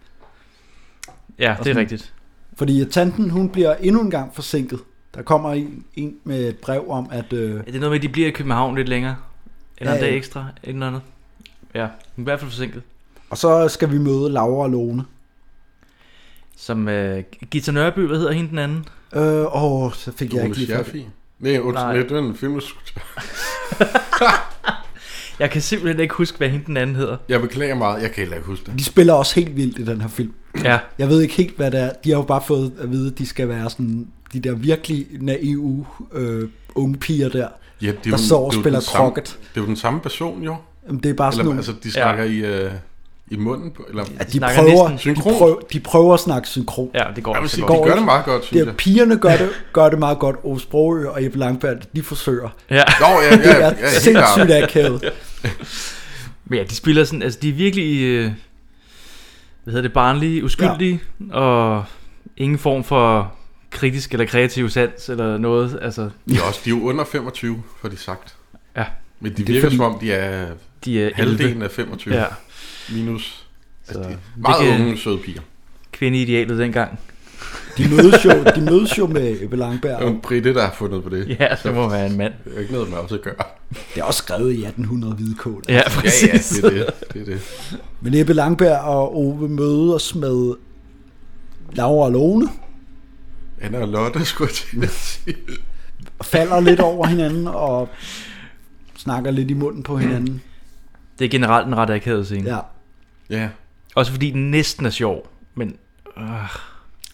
Speaker 2: Ja, det er
Speaker 4: sådan-
Speaker 2: rigtigt.
Speaker 4: Fordi at tanten, hun bliver endnu en gang forsinket. Der kommer en, en med et brev om, at... Øh,
Speaker 2: Ja, det er noget med, at de bliver i København lidt længere. Eller
Speaker 4: Ja,
Speaker 2: en
Speaker 4: ja.
Speaker 2: dag ekstra, et eller andet. Ja, i hvert fald forsinket.
Speaker 4: og så skal vi møde Laura og Lone.
Speaker 2: Som øh, Gita Nørby, hvad hedder hende den anden?
Speaker 4: Øh, åh, så fik jeg
Speaker 3: Ole
Speaker 4: ikke lige fat-
Speaker 3: Scherfi. Nej,
Speaker 2: Nej.
Speaker 3: undskyld, det er en filminstruktør.
Speaker 2: Jeg kan simpelthen ikke huske, hvad hende den anden hedder.
Speaker 3: Jeg beklager meget, jeg kan heller ikke huske det.
Speaker 4: De spiller også helt vildt i den her film.
Speaker 2: Ja,
Speaker 4: Jeg ved ikke helt, hvad det er. De har jo bare fået at vide, at de skal være sådan... De der virkelig naive øh, unge piger der.
Speaker 3: Ja, det
Speaker 4: Der
Speaker 3: jo-
Speaker 4: står og
Speaker 3: det jo
Speaker 4: spiller
Speaker 3: den samme-
Speaker 4: krokket.
Speaker 3: Det er jo den samme person, jo.
Speaker 4: Jamen, det er bare sådan
Speaker 3: Eller,
Speaker 4: nogle...
Speaker 3: altså, de snakker ja. i, øh, i munden på, eller...
Speaker 4: at de
Speaker 2: snakker
Speaker 4: prøver,
Speaker 2: næsten
Speaker 4: de,
Speaker 3: synkron.
Speaker 4: prøver, de prøver at snakke synkron.
Speaker 2: ja det går
Speaker 3: Jeg vil
Speaker 2: også
Speaker 3: sige,
Speaker 2: godt.
Speaker 3: altså, de gør
Speaker 4: går ikke.
Speaker 3: det meget godt, synes
Speaker 4: Det er,
Speaker 3: jeg.
Speaker 4: pigerne gør det, gør det meget godt. Ove Sprogø og Ebbe Langberg, de forsøger.
Speaker 2: Ja,
Speaker 3: Nå, ja,
Speaker 4: Det
Speaker 3: ja, ja,
Speaker 4: er
Speaker 3: ja, helt klart.
Speaker 4: sindssygt akavet.
Speaker 2: men ja, de spiller sådan, altså de er virkelig, øh, hvad hedder det, barnlige, uskyldige, ja. og ingen form for kritisk eller kreativ sans eller noget, altså
Speaker 3: De er, også, de er jo under 25, har de sagt.
Speaker 2: Ja.
Speaker 3: Men de virker
Speaker 4: fordi-
Speaker 3: som om, de er
Speaker 2: de er 11.
Speaker 3: halvdelen af 25.
Speaker 2: Ja,
Speaker 3: Minus. Altså,
Speaker 2: Så
Speaker 3: de er meget
Speaker 2: det kan-
Speaker 3: unge, søde piger.
Speaker 2: kvindeidealet dengang.
Speaker 4: De mødes jo, de mødes jo med Ebbe
Speaker 3: Det er jo
Speaker 4: Langberg.
Speaker 3: en Britte, der har fundet på det.
Speaker 2: Ja, så må være en mand.
Speaker 3: Det er jo ikke noget med os at gøre.
Speaker 4: Det er også skrevet i 1800 hvidkål.
Speaker 2: Ja,
Speaker 3: Ja,
Speaker 2: præcis.
Speaker 3: ja, det er det. det, er det.
Speaker 4: altså. Men Ebbe Langberg og Ove mødes med Laura og Lone
Speaker 3: Anna og Lotte, skulle jeg til at sige.
Speaker 4: og falder lidt over hinanden og snakker lidt i munden på hinanden.
Speaker 2: Det er generelt en ret akavet scene. Ja.
Speaker 4: Ja.
Speaker 3: Ja,
Speaker 2: Også fordi den næsten er sjov, men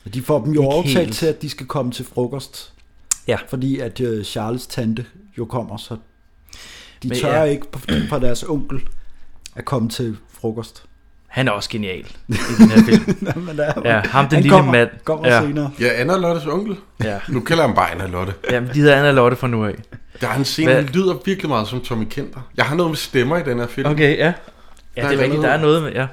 Speaker 4: Og de får dem jo
Speaker 2: Ikke
Speaker 4: overtalt
Speaker 2: helt.
Speaker 4: til, at de skal komme til frokost.
Speaker 2: Ja.
Speaker 4: Fordi at øh, Charles tante jo kommer, så de
Speaker 2: Men
Speaker 4: tør
Speaker 2: ja.
Speaker 4: ikke på, fra deres onkel at komme til frokost.
Speaker 2: han er også genial i den her film.
Speaker 4: Nå, Men der,
Speaker 2: Ja, ham den
Speaker 4: han
Speaker 2: lille
Speaker 4: kommer,
Speaker 2: mand.
Speaker 4: kommer
Speaker 2: Ja.
Speaker 4: senere.
Speaker 3: ja Anna og Lottes onkel.
Speaker 2: Ja.
Speaker 3: Nu kalder han bare Anna og Lotte.
Speaker 2: Jamen, de hedder Anna og Lotte fra nu af.
Speaker 3: Der er en scene,
Speaker 2: Hvad?
Speaker 3: der lyder virkelig meget som Tommy Kenter. Jeg har noget med stemmer i den her film.
Speaker 2: Okay, ja. Ja,
Speaker 3: Der
Speaker 2: det
Speaker 3: er
Speaker 2: er rigtigt,
Speaker 3: noget.
Speaker 2: der er noget med, ja.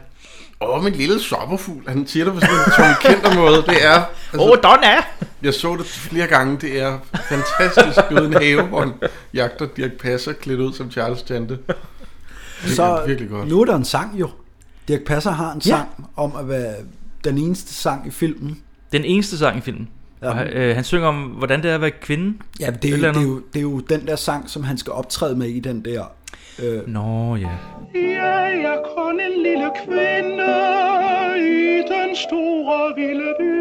Speaker 3: Åh, min lille sommerfugl. Han siger det på sådan en Tommy Kenter måde. Det er... Altså,
Speaker 2: Åh, oh, Donna!
Speaker 3: Jeg så det flere gange. Det er fantastisk ude i en have, hvor han jagter Dirk Passer klædt ud som Charles Tante. Det så, er virkelig godt.
Speaker 4: nu er der en sang jo. Dirk Passer har en sang om at være den eneste sang i filmen.
Speaker 2: Den eneste sang i filmen. Og han, øh, han synger om, hvordan det er at være kvinde.
Speaker 4: Ja, det er,
Speaker 2: Et
Speaker 4: jo,
Speaker 2: eller
Speaker 4: det,
Speaker 2: andet.
Speaker 4: er jo, det er jo den der sang, som han skal optræde med i den der... Øh,
Speaker 2: Nå ja.
Speaker 9: Jeg er kun en lille kvinde i den store vilde by.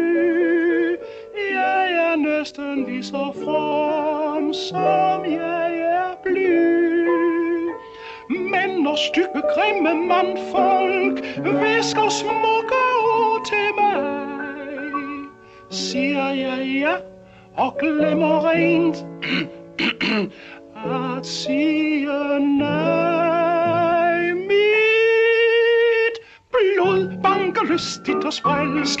Speaker 9: Jeg er næsten lige så from, som jeg er blyg. Men når stykke grimme mandfolk visker smukke ord til mig, siger jeg ja og glemmer rent at sige nej. Mit blod banker lystigt og sprælsk,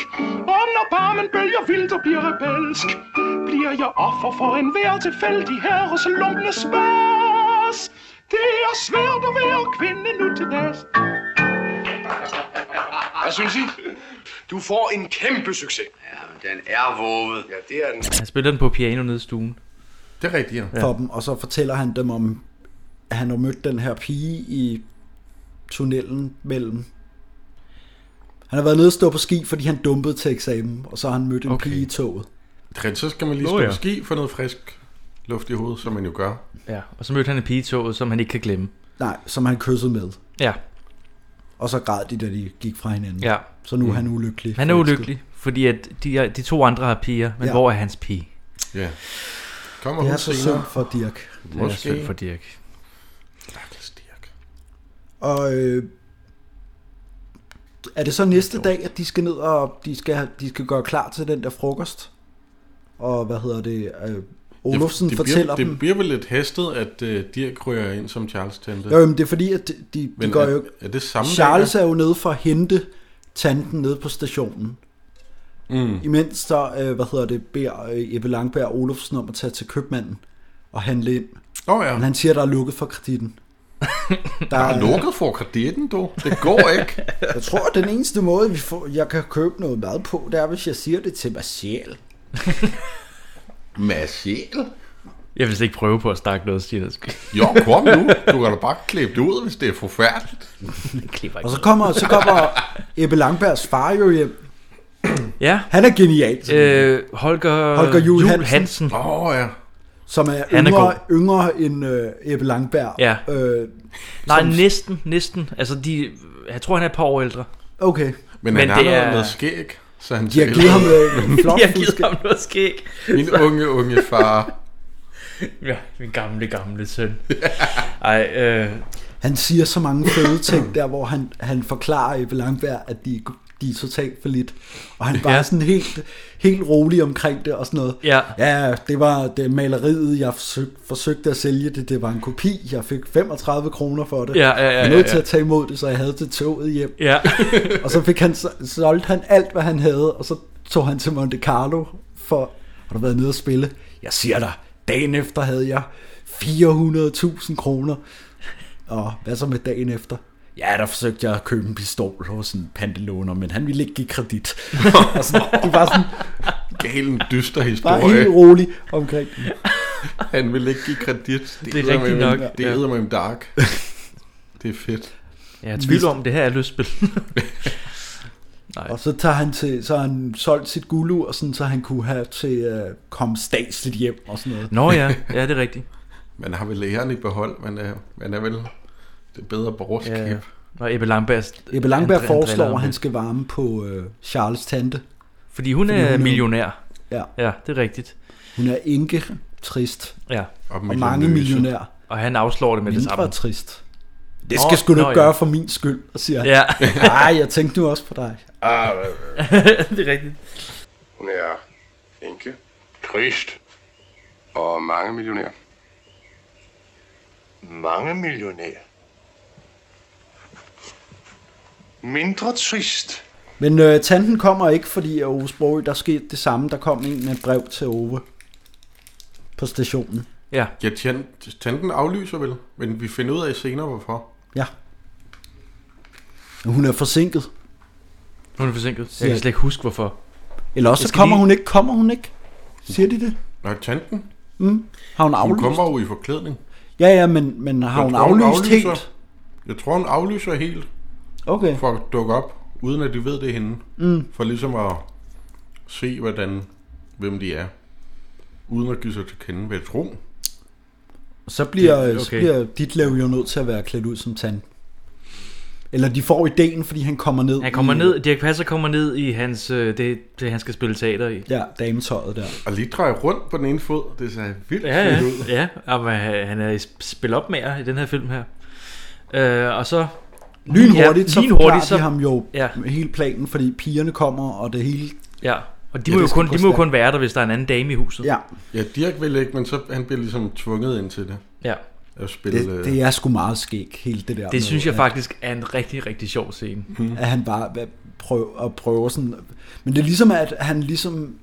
Speaker 9: og når barmen bølger vildt og bliver rebelsk, bliver jeg offer for en hver tilfældig herres lugne spas. Det er svært at være kvinde nu til dags.
Speaker 6: Hvad synes I? Du får en kæmpe succes.
Speaker 7: Jamen, den er våget.
Speaker 6: Ja, det er den.
Speaker 2: Han spiller den på piano nede i stuen.
Speaker 3: Det er rigtigt, ja.
Speaker 4: for dem, og så fortæller han dem om, at han har mødt den her pige i tunnelen mellem. Han har været nede og stå på ski, fordi han dumpede til eksamen, og så har han mødt en okay.
Speaker 2: Okay.
Speaker 4: pige i toget.
Speaker 3: Rent, så skal man lige
Speaker 2: Nå,
Speaker 3: stå
Speaker 2: ja.
Speaker 3: på ski for noget frisk luft i hovedet, som man jo gør.
Speaker 2: Ja. Og så mødte han en pige i toget, som han ikke kan glemme.
Speaker 4: Nej, som han kyssede med.
Speaker 2: Ja,
Speaker 4: Og så græd de, da de gik fra hinanden.
Speaker 2: ja. Mm.
Speaker 4: Så nu er han ulykkelig.
Speaker 2: Han er
Speaker 4: forelsket.
Speaker 2: ulykkelig, fordi at de, er- de to andre har piger, men
Speaker 4: Ja.
Speaker 2: ja. hvor er hans pige?
Speaker 3: Ja. Kommer
Speaker 4: Det
Speaker 3: hun
Speaker 4: er så synd
Speaker 3: senere?
Speaker 4: for Dirk.
Speaker 2: Det er synd for Dirk.
Speaker 3: Stakkels Dirk.
Speaker 4: Og øh, er det så næste dag, at de skal ned og de skal, de skal gøre klar til den der frokost? Og hvad hedder det? Øh, Olufsen
Speaker 3: det, det
Speaker 4: fortæller
Speaker 3: bliver,
Speaker 4: dem...
Speaker 3: Det bliver vel lidt hæstet, at øh, Dirk ryger ind som Charles Tante.
Speaker 4: Jo, men det er fordi, at de, de, de går
Speaker 3: er,
Speaker 4: jo...
Speaker 3: er det samme
Speaker 4: Charles
Speaker 3: dag?
Speaker 4: er jo nede for at hente tanten nede på stationen. Mm. Imens så, øh, hvad hedder det, beder øh, Ebbe Langberg Olufsen om at tage til købmanden og handle ind.
Speaker 3: Åh oh, ja.
Speaker 4: Men han siger, der er lukket for kreditten. Der
Speaker 3: Han
Speaker 4: er,
Speaker 3: lukket for kreditten, du. Det går ikke.
Speaker 4: jeg tror, at den eneste måde, vi får, jeg kan købe noget mad på, det er, hvis jeg siger det til mig selv.
Speaker 3: Marcel.
Speaker 2: Jeg vil slet ikke prøve på at snakke noget, siger jeg.
Speaker 3: Jo, kom nu. Du kan da bare klippe det ud, hvis det er forfærdeligt.
Speaker 2: klipper
Speaker 4: Og
Speaker 2: ikke.
Speaker 4: så kommer, så kommer Ebbe Langbergs far jo hjem.
Speaker 2: Ja,
Speaker 4: Han er genial,
Speaker 2: øh, Holger,
Speaker 4: Holger Juhl Hansen.
Speaker 2: Hansen.
Speaker 3: Åh oh, ja.
Speaker 4: som er
Speaker 2: han er
Speaker 4: yngre, er yngre end øh, Ebbe Langberg.
Speaker 2: Ja.
Speaker 4: Øh,
Speaker 2: Nej,
Speaker 4: som-
Speaker 2: næsten, næsten. Altså, de, jeg tror, han er et par år ældre.
Speaker 4: okay.
Speaker 2: Men
Speaker 3: Men, Men han
Speaker 2: det
Speaker 3: har
Speaker 2: er-
Speaker 3: er... noget skæg, så han
Speaker 4: De har givet ham øh, en flot
Speaker 2: Jeg har
Speaker 4: fuldskæg.
Speaker 2: givet ham noget skæg.
Speaker 3: Min unge, unge far.
Speaker 2: Ja, min gamle, gamle søn. Ej, øh,
Speaker 4: Han siger så mange fede ting der, hvor han, han forklarer Ebbe Langberg, at de, de er totalt for lidt. Og han bare
Speaker 2: Ja.
Speaker 4: ja. sådan helt, helt rolig omkring det og sådan noget.
Speaker 2: Ja.
Speaker 4: ja det var det maleriet, jeg forsøg, forsøgte at sælge det. Det var en kopi. Jeg fik 35 kroner for det.
Speaker 2: Ja, ja, ja,
Speaker 4: jeg er
Speaker 2: ja,
Speaker 4: nødt
Speaker 2: ja.
Speaker 4: til at tage imod det, så jeg havde det toget hjem.
Speaker 2: ja.
Speaker 4: Og så fik han, så- solgte han alt, hvad han havde, og så tog han til Monte Carlo for, har du været nede og spille? Jeg siger dig, dagen efter havde jeg 400.000 kroner. Og hvad så med dagen efter? Ja, der forsøgte jeg at købe en pistol hos en pantelåner, men han ville ikke give kredit. og sådan, de var sådan
Speaker 3: Galen dyster
Speaker 4: bare helt
Speaker 3: historie.
Speaker 4: rolig omkring. den.
Speaker 3: Han vil ikke give kredit.
Speaker 2: Det er rigtigt
Speaker 3: eddermame-
Speaker 2: nok.
Speaker 3: Det
Speaker 2: Ja.
Speaker 3: er med dark. Det er fedt.
Speaker 2: Jeg er i tvivl om, det her er lystspil.
Speaker 4: Og så tager han til, så har han solgt sit guldur, og sådan, så han kunne have til at uh, komme statsligt hjem og sådan noget.
Speaker 2: Nå ja, ja, det er rigtigt.
Speaker 3: Man har vel æren i behold, men er, man er vel det bedre borgerskab.
Speaker 2: Ja.
Speaker 3: Ja.
Speaker 2: Når Ebbe Langberg...
Speaker 4: Ebbe Langberg
Speaker 2: han- han driller
Speaker 4: foreslår,
Speaker 2: ham
Speaker 4: at han
Speaker 2: lidt.
Speaker 4: skal varme på uh, Charles' tante.
Speaker 2: Fordi hun
Speaker 4: fordi
Speaker 2: er
Speaker 4: hun er-
Speaker 2: millionær.
Speaker 4: Ja.
Speaker 2: Ja, det er rigtigt.
Speaker 4: Hun er enke, trist,
Speaker 2: Ja.
Speaker 4: og mange millionær.
Speaker 2: Og han afslår det med det
Speaker 4: Mindre
Speaker 2: samme.
Speaker 4: trist. Det
Speaker 2: Nå,
Speaker 4: skal sgu
Speaker 2: nå,
Speaker 4: nok
Speaker 2: ja.
Speaker 4: gøre for min skyld, og siger
Speaker 2: Ja,
Speaker 4: Nej, jeg tænkte nu også på dig.
Speaker 2: det er rigtigt.
Speaker 6: Hun er enke, trist og mange millionær.
Speaker 5: Mange millionærer. Mindre trist.
Speaker 4: Men øh, tanten kommer ikke, fordi af Ove Sprogøe, der skete det samme. Der kom en med et brev til Ove på stationen.
Speaker 2: Ja,
Speaker 3: Ja, tan- tanten aflyser vel, men vi finder ud af senere, hvorfor.
Speaker 4: Ja. Hun er forsinket.
Speaker 2: hun er forsinket. Jeg kan slet ikke huske, hvorfor.
Speaker 4: Eller også
Speaker 2: Jeg
Speaker 4: så
Speaker 2: skal
Speaker 4: kommer
Speaker 2: lige-
Speaker 4: hun ikke. Kommer hun ikke? Siger de det?
Speaker 3: Nå, tanten,
Speaker 4: Har hun
Speaker 3: hun
Speaker 4: aflyst?
Speaker 3: kommer jo i forklædning.
Speaker 4: Ja, ja, men, men har
Speaker 3: Jeg
Speaker 4: hun
Speaker 3: tror, hun
Speaker 4: aflyst
Speaker 3: aflyser.
Speaker 4: helt?
Speaker 3: Jeg tror, hun aflyser helt
Speaker 4: Okay.
Speaker 3: for at dukke op, uden at de ved det er hende. Mm. For ligesom at se, hvordan, hvem de er, uden at give sig til kende ved et rum.
Speaker 4: Så bliver,
Speaker 2: Det-
Speaker 4: okay. så
Speaker 2: okay.
Speaker 4: bliver dit lav jo nødt til at være klædt ud som tand. Eller de får ideen, fordi han kommer ned.
Speaker 2: Han kommer
Speaker 4: i,
Speaker 2: ned, Dirk Passer kommer ned i hans, øh, det, det, han skal spille teater i.
Speaker 4: Ja, dametøjet der.
Speaker 3: Og lige drejer rundt på den ene fod, det ser vildt
Speaker 2: Ja, ja,
Speaker 3: fedt ud.
Speaker 2: ja. Og man- han er i sp- spil op med jer i den her film her. Øh, og så...
Speaker 4: Lynhurtigt,
Speaker 2: Ja,
Speaker 4: så forklarer
Speaker 2: lynhurtigt,
Speaker 4: så... de ham jo
Speaker 2: Ja.
Speaker 4: ja. hele planen, fordi pigerne kommer, og det hele...
Speaker 2: Ja, og de,
Speaker 4: Ja,
Speaker 2: ja, må, jo
Speaker 4: det skal
Speaker 2: kun,
Speaker 4: gå
Speaker 2: de må jo
Speaker 4: stærkt.
Speaker 2: kun være der, hvis der er en anden dame i huset.
Speaker 4: Ja,
Speaker 3: Ja, Dirk vil ikke, men så han bliver ligesom tvunget ind til det.
Speaker 2: ja.
Speaker 3: At spille, øh,
Speaker 4: det, det er sgu meget skæg, hele det der. med,
Speaker 2: Det synes jeg
Speaker 4: at-
Speaker 2: faktisk er en rigtig, rigtig sjov scene.
Speaker 4: at han bare hvad- prøv, at prøve sådan... Men det er ligesom, at han ligesom...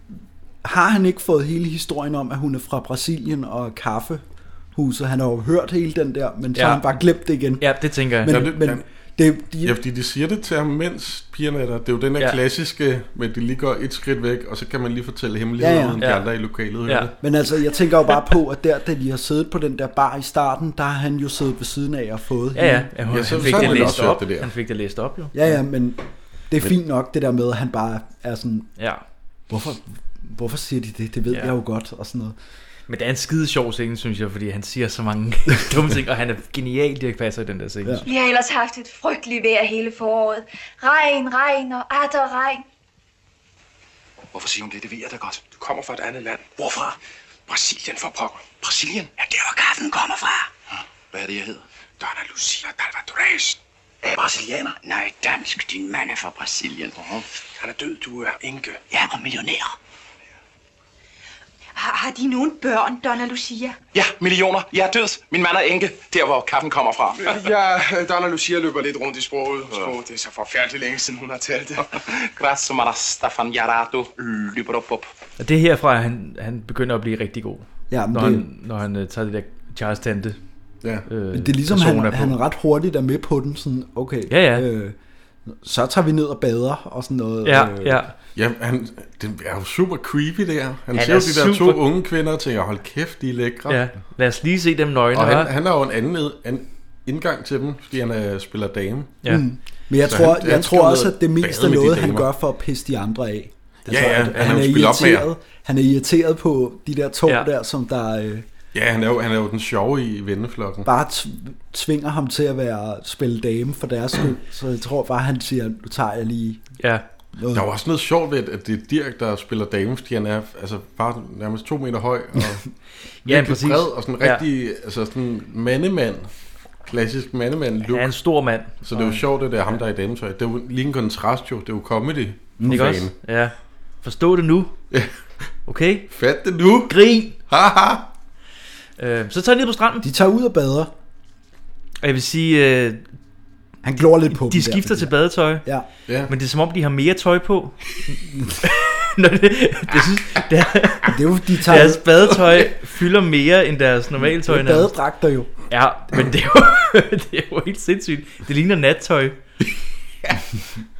Speaker 4: Har han ikke fået hele historien om, at hun er fra Brasilien og kaffehuset? Han har jo hørt hele den der, men så
Speaker 2: Ja.
Speaker 4: har han bare glemt det igen.
Speaker 2: Ja, det tænker jeg.
Speaker 4: Men,
Speaker 3: Ja,
Speaker 4: det,
Speaker 3: det-
Speaker 4: men
Speaker 3: ja.
Speaker 4: det, de,
Speaker 3: Ja, fordi de siger det til ham, mens pigerne er der. Det er jo den der
Speaker 2: Ja.
Speaker 3: ja. klassiske, men de lige går et skridt væk, og så kan man lige fortælle hemmeligheder,
Speaker 4: Ja, ja.
Speaker 3: uden ja. de
Speaker 2: Ja.
Speaker 3: andre i lokalet
Speaker 2: Ja.
Speaker 3: hører det.
Speaker 4: men altså, jeg tænker jo bare på, at der, da de har siddet på den der bar i starten, der har han jo siddet ved siden af og fået
Speaker 2: Ja, ja.
Speaker 4: hende.
Speaker 2: ja, hun,
Speaker 3: Ja, så-
Speaker 2: han fik
Speaker 3: så har
Speaker 2: det
Speaker 3: man
Speaker 2: læst
Speaker 3: også hørt
Speaker 2: op.
Speaker 3: det
Speaker 2: Det
Speaker 3: der.
Speaker 2: han fik det læst op, jo.
Speaker 4: Ja, ja, men det er fint nok, det der med, at han bare er sådan,
Speaker 2: Ja.
Speaker 4: hvorfor, hvorfor siger de det? Det ved
Speaker 2: Ja.
Speaker 4: ja. jeg jo godt, og sådan noget.
Speaker 2: Men det er en skide sjov scene, synes jeg, fordi han siger så mange dumme ting, og han er genial, Dirk Passer, i den der scene. Ja.
Speaker 4: Ja.
Speaker 10: Vi har ellers haft et frygteligt vejr hele foråret. Regn, regn og atter regn.
Speaker 6: Hvorfor siger hun det? Det ved jeg da godt. Du kommer fra et andet land. Hvorfra? Brasilien for pokker. Brasilien? Ja, det er hvor kaffen kommer fra. Hvad er det, jeg hedder? Donna Lucia Dalvadores. Er brasilianer? Nej, dansk. Din mand er fra Brasilien. Uh-huh. Han er død. Du er enke. Jeg er millionær.
Speaker 10: Har, har de nogen børn, Donna Lucia?
Speaker 6: Ja, millioner. Jeg er død. Min mand er enke. Der, hvor kaffen kommer fra.
Speaker 5: Ja, Donna Lucia løber lidt rundt i sproget. Sprog, det er så forfærdeligt længe siden, hun har talt det.
Speaker 6: Grazie, Marastafan Yarado. Lybrobop.
Speaker 2: Og det er herfra, han, han begynder at blive rigtig god,
Speaker 4: Ja, men
Speaker 2: når,
Speaker 4: det,
Speaker 2: han, når han uh, tager det der Charles Tante.
Speaker 3: Ja.
Speaker 2: Øh,
Speaker 4: Men det er ligesom,
Speaker 2: persona
Speaker 4: han,
Speaker 2: på.
Speaker 4: han ret hurtigt er med på den, sådan, okay,
Speaker 2: Ja, ja.
Speaker 4: Øh, så tager vi ned og bader, og sådan noget. Øh,
Speaker 2: Ja, ja.
Speaker 3: ja han, det er jo super creepy der. Han,
Speaker 2: Han
Speaker 3: han ser jo
Speaker 2: er
Speaker 3: de der
Speaker 2: super-
Speaker 3: to unge kvinder og tænker, hold kæft, de er lækre.
Speaker 2: Ja, lad os lige se dem nøgne.
Speaker 3: Og
Speaker 2: hva'?
Speaker 3: han, han har jo en anden ned- an, indgang til dem, fordi han er, spiller dame.
Speaker 2: ja.
Speaker 4: Men jeg
Speaker 3: Så
Speaker 4: tror,
Speaker 3: han-
Speaker 4: jeg
Speaker 3: han
Speaker 4: tror
Speaker 3: skal
Speaker 4: også,
Speaker 3: ned
Speaker 4: at det
Speaker 3: og
Speaker 4: meste
Speaker 3: bade
Speaker 4: er
Speaker 3: med de
Speaker 4: noget, han
Speaker 3: damer.
Speaker 4: gør for at pisse de andre af. Jeg
Speaker 3: Ja,
Speaker 4: tror,
Speaker 3: ja,
Speaker 4: at
Speaker 3: han
Speaker 4: han,
Speaker 3: vil
Speaker 4: er
Speaker 3: spille op med jer.
Speaker 4: irriteret, han er irriteret på de der to
Speaker 2: Ja.
Speaker 4: ja. der, som der øh,
Speaker 3: Ja, han er jo, han er jo den sjove i venneflokken.
Speaker 4: bare tv- tvinger ham til at være spille dame for deres skyld. Så jeg tror bare, han siger, nu tager jeg lige
Speaker 2: ja.
Speaker 4: noget.
Speaker 3: Der er jo også noget sjovt ved, at det er Dirk, der spiller dame, fordi han er altså, bare nærmest to meter høj og
Speaker 2: ja,
Speaker 3: virkelig
Speaker 2: præcis.
Speaker 3: bred og sådan
Speaker 2: Ja.
Speaker 3: rigtig altså sådan mandemand. Klassisk mandemand look.
Speaker 2: Han er en stor mand.
Speaker 3: Så det er jo sjovt, at det er ham, der er i dametøj. Det er jo lige en kontrast jo. Det er jo comedy. Mm.
Speaker 2: Ikke også? Ja. Forstå det nu. Okay.
Speaker 3: Fat det nu!
Speaker 2: Grin.
Speaker 3: Haha!
Speaker 2: Øh, så tager jeg ned på stranden.
Speaker 4: De tager ud og bader.
Speaker 2: Og jeg vil sige, øh,
Speaker 4: Han glor lidt på dem
Speaker 2: de
Speaker 4: der,
Speaker 2: skifter
Speaker 4: fordi-
Speaker 2: til badetøj.
Speaker 4: Ja,
Speaker 3: Ja.
Speaker 2: Men det er som om, de har mere tøj på. Når det, det, synes, der,
Speaker 4: men det er jo, de
Speaker 3: Ah,
Speaker 4: tager
Speaker 2: deres badetøj fylder mere end deres normale tøj. nærmest.
Speaker 4: badedragter jo.
Speaker 2: Ja, men det er, jo, det er jo helt sindssygt. Det ligner nattøj.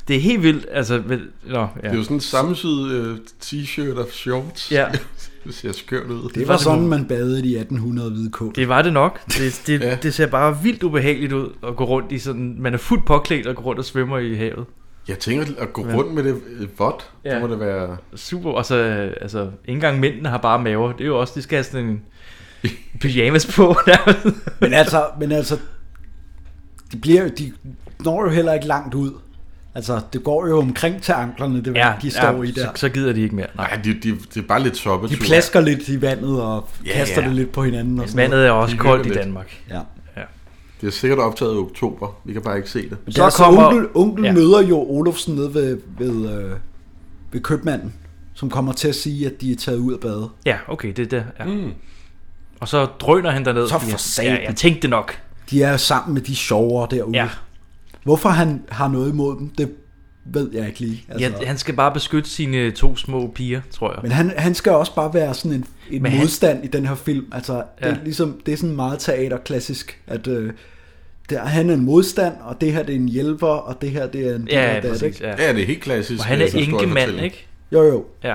Speaker 2: Det er helt vildt. Altså, vel, nå, ja.
Speaker 3: Det er jo sådan en sammensyet øh, t-shirt og shorts.
Speaker 2: Ja.
Speaker 3: det ser skørt ud.
Speaker 4: Det
Speaker 2: var
Speaker 4: var
Speaker 2: det
Speaker 4: sådan,
Speaker 2: nu.
Speaker 4: man badede i 1800 hvide kål.
Speaker 2: Det var det nok. Det, det, ja.
Speaker 3: Ja.
Speaker 2: det ser bare vildt ubehageligt ud at gå rundt i sådan... Man er fuldt påklædt og går rundt og svømmer i havet.
Speaker 3: Jeg tænker at gå rundt med det øh, vådt.
Speaker 2: Ja.
Speaker 3: Ja. Det må det være...
Speaker 2: Super. Og så, øh, altså, ikke engang mændene har bare maver. Det er jo også, de skal have sådan en pyjamas på.
Speaker 4: Men altså, men altså de, bliver, jo- de når jo heller ikke langt ud. Altså, det går jo omkring til anklerne, det ja, de står ja, i der.
Speaker 2: Så, så gider de ikke mere. Nej.
Speaker 3: Nej, de, de, det er bare lidt soppet.
Speaker 4: De plasker lidt i vandet og
Speaker 3: Ja,
Speaker 4: kaster
Speaker 3: ja.
Speaker 4: det lidt på hinanden. Og sådan
Speaker 2: Vandet er også
Speaker 3: De
Speaker 2: koldt i
Speaker 3: hygger lidt.
Speaker 2: Danmark.
Speaker 4: noget. Ja.
Speaker 3: Det er sikkert optaget i oktober. Vi kan bare ikke se det.
Speaker 4: Men
Speaker 2: Så
Speaker 4: så altså,
Speaker 2: kommer-
Speaker 4: kommer... onkel, onkel
Speaker 2: Ja.
Speaker 4: ja. møder jo Olofsen nede ved, ved, øh, ved købmanden, som kommer til at sige, at de er taget ud at bade.
Speaker 2: Ja, okay, det er der. Ja. Mm. Og så drøner han derned.
Speaker 4: Så
Speaker 2: fordi
Speaker 4: for
Speaker 2: jeg-
Speaker 4: satan.
Speaker 2: Ja, jeg tænkte det nok.
Speaker 4: De er sammen med de sjovere derude.
Speaker 2: Ja.
Speaker 4: Hvorfor han har noget imod dem, det ved jeg ikke lige. Altså,
Speaker 2: Ja, han skal bare beskytte sine to små piger, tror jeg.
Speaker 4: Men han, han skal også bare være sådan en, en
Speaker 2: Men han-
Speaker 4: modstand han... i den her film. Altså, ja. det,
Speaker 2: Ja.
Speaker 4: er ligesom, det er sådan meget teaterklassisk, at øh, der, han er en modstand, og det her det er en hjælper, og det her det er en...
Speaker 2: ja, ja,
Speaker 4: det,
Speaker 2: præcis. Ja.
Speaker 3: Ja, det er helt klassisk.
Speaker 2: Og han
Speaker 3: øh,
Speaker 2: er
Speaker 3: historiefortælling.
Speaker 2: enkemand, ikke?
Speaker 4: Jo, jo.
Speaker 2: Ja.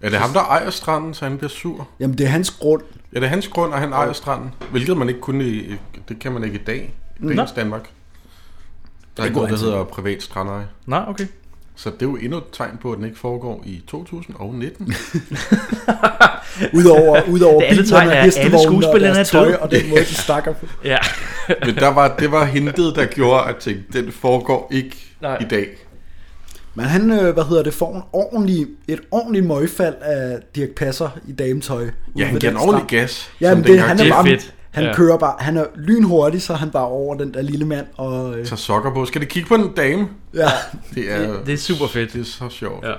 Speaker 3: Er det ham, der ejer stranden, så han bliver sur?
Speaker 4: Jamen, det er hans grund.
Speaker 3: Ja, det er hans grund, og han ejer stranden. Hvilket man ikke kunne i, det kan man ikke i dag. I dagens Danmark. Der er ikke noget, der hedder privat strandeje.
Speaker 2: Nå, okay.
Speaker 3: Så det er jo endnu et tegn på, at den ikke foregår i 2019.
Speaker 4: Udover, udover
Speaker 2: Det andet tegn er,
Speaker 4: bilerne,
Speaker 2: at alle
Speaker 4: hestevognene og
Speaker 2: skuespillerne
Speaker 4: deres
Speaker 2: er døde.
Speaker 4: tøj, og den måde, de snakker på.
Speaker 2: Ja.
Speaker 3: Men der var, det var hintet, der gjorde, at jeg tænkte, den foregår ikke Nej. i dag.
Speaker 4: Men han, øh, hvad hedder det, får en ordentlig, et ordentligt møgfald af Dirk Passer i dametøj. ude
Speaker 3: Ja, han
Speaker 4: ved
Speaker 3: giver
Speaker 4: den
Speaker 3: en ordentlig
Speaker 4: strand.
Speaker 3: gas,
Speaker 4: Ja,
Speaker 3: som
Speaker 4: men det,
Speaker 3: dengang.
Speaker 4: han
Speaker 3: Det
Speaker 4: er
Speaker 3: er
Speaker 4: bare,
Speaker 3: fedt.
Speaker 4: Han
Speaker 3: Ja.
Speaker 4: kører bare, han er lynhurtig, så er han bare over den der lille mand. Og, øh,
Speaker 3: Så sokker på. Skal det kigge på en dame?
Speaker 4: Ja.
Speaker 3: Det er,
Speaker 2: Det- det er super fedt.
Speaker 3: Det er så sjovt. Ja.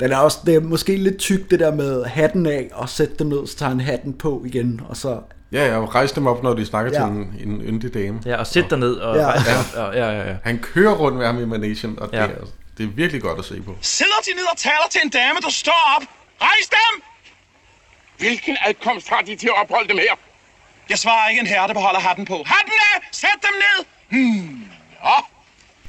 Speaker 4: den er også, det er måske lidt tyk det der med hatten af, og sætte dem ned, så tager han hatten på igen, og så
Speaker 3: Ja, jeg rejste dem op, når de snakker
Speaker 4: Ja.
Speaker 3: ja. til en, en yndig dame.
Speaker 2: Ja, og sæt dig ned. Og,
Speaker 4: Ja.
Speaker 2: ja. Og, ja, ja, ja.
Speaker 3: Han kører rundt med ham i managen, og
Speaker 2: Ja.
Speaker 3: ja. det, er, det er virkelig godt at se på.
Speaker 6: Sidder de ned og taler til en dame, der står op? Rejs dem! Hvilken adkomst har de til at opholde dem her? Jeg svarer ikke en herre, der beholder hatten på. Hatten af! Sæt dem ned! Hmm. Nå.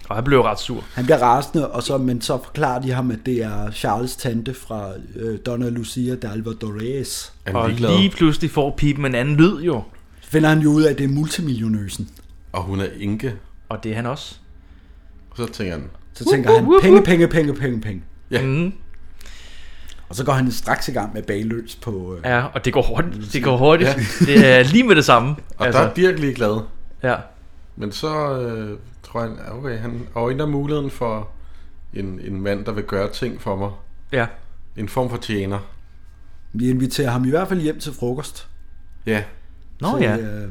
Speaker 2: Og han blev ret sur.
Speaker 4: han bliver rasende, og så, men så forklarer de ham, at det er Charles' tante fra øh, Donna Lucia d'Alvadores.
Speaker 3: Er
Speaker 2: Og
Speaker 3: ligeglad?
Speaker 2: lige pludselig får pipen en anden lyd jo.
Speaker 4: Så finder han jo ud af, at det er multimillionøsen.
Speaker 3: Og hun er enke.
Speaker 2: Og det er han også.
Speaker 3: Og så tænker han,
Speaker 4: Så tænker han, penge, penge, penge, penge, penge.
Speaker 3: Ja.
Speaker 2: Mm.
Speaker 4: Og så går han straks i gang med bagløs på... Øh,
Speaker 2: Ja, og det går hurtigt. Det går hurtigt. Ja. Det er lige med det samme.
Speaker 3: og altså. der er Dirk lige glad.
Speaker 2: ja.
Speaker 3: Men så øh, tror han, ja, okay, han øjner muligheden for en, en mand, der vil gøre ting for mig.
Speaker 2: Ja.
Speaker 3: En form for tjener.
Speaker 4: Vi inviterer ham i hvert fald hjem til frokost.
Speaker 3: Ja,
Speaker 2: Nå
Speaker 4: Så,
Speaker 2: ja.
Speaker 4: Øh,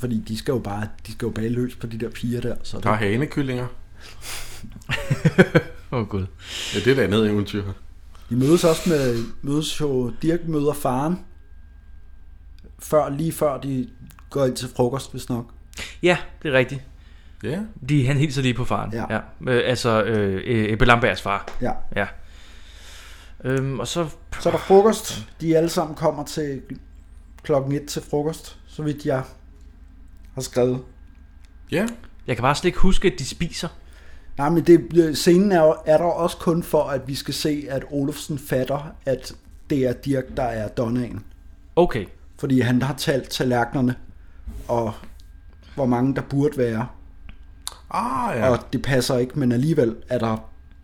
Speaker 4: fordi de skal jo bare de skal jo bage løs på de der piger der. Så
Speaker 3: der er
Speaker 4: det,
Speaker 3: hanekyllinger.
Speaker 2: Åh oh, gud.
Speaker 3: Ja, det er et andet eventyr.
Speaker 4: de mødes også med, mødes jo, Dirk møder faren, før, lige før de går ind til frokost, hvis nok.
Speaker 2: Ja, det er rigtigt.
Speaker 3: Ja,
Speaker 2: De, han hilser lige på faren.
Speaker 4: Ja.
Speaker 2: Øh, altså, øh, Ebbe Lambergs far.
Speaker 4: Ja.
Speaker 2: Ja. Øhm, og så...
Speaker 4: Så er der frokost. De alle sammen kommer til klokken 1 til frokost, så vidt jeg har skrevet.
Speaker 3: ja.
Speaker 2: Jeg kan bare slet ikke huske, at de spiser.
Speaker 4: Nej, men det, øh, scenen er, jo- er der også kun for, at vi skal se, at Olofsen fatter, at det er Dirk, der er donnaen.
Speaker 2: Okay.
Speaker 4: Fordi han har talt tallerkenerne, og hvor mange der burde være.
Speaker 3: Ah,
Speaker 4: Ja.
Speaker 3: ja.
Speaker 4: Og det passer ikke, men alligevel er der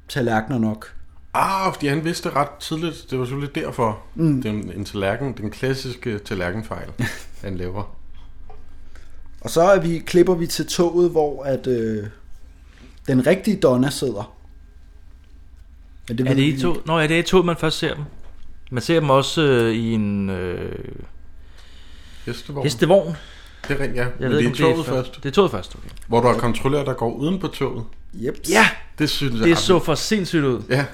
Speaker 4: tallerkener nok.
Speaker 3: Ah, fordi han vidste ret tidligt, det var selvfølgelig derfor, mm. den, en tallerken, den klassiske tallerkenfejl, han laver.
Speaker 4: Og så er vi, klipper vi til toget, hvor at, øh, den rigtige Donna sidder. Men
Speaker 2: Er
Speaker 4: ved
Speaker 2: det
Speaker 4: vi
Speaker 2: i
Speaker 4: ikke.
Speaker 2: to? Nå, ja, det er i to, man først ser dem. Man ser dem også øh, i en øh,
Speaker 3: Hestevogn. Heste...
Speaker 2: hestevogn.
Speaker 3: Det er rent, ja.
Speaker 2: Jeg
Speaker 3: Men det er
Speaker 2: om
Speaker 3: toget først.
Speaker 2: Det er toget først, okay.
Speaker 3: Hvor der er kontrollører, der går uden på toget.
Speaker 4: Yep.
Speaker 2: Ja,
Speaker 3: Det synes jeg.
Speaker 2: det så for sindssygt ud.
Speaker 3: Ja.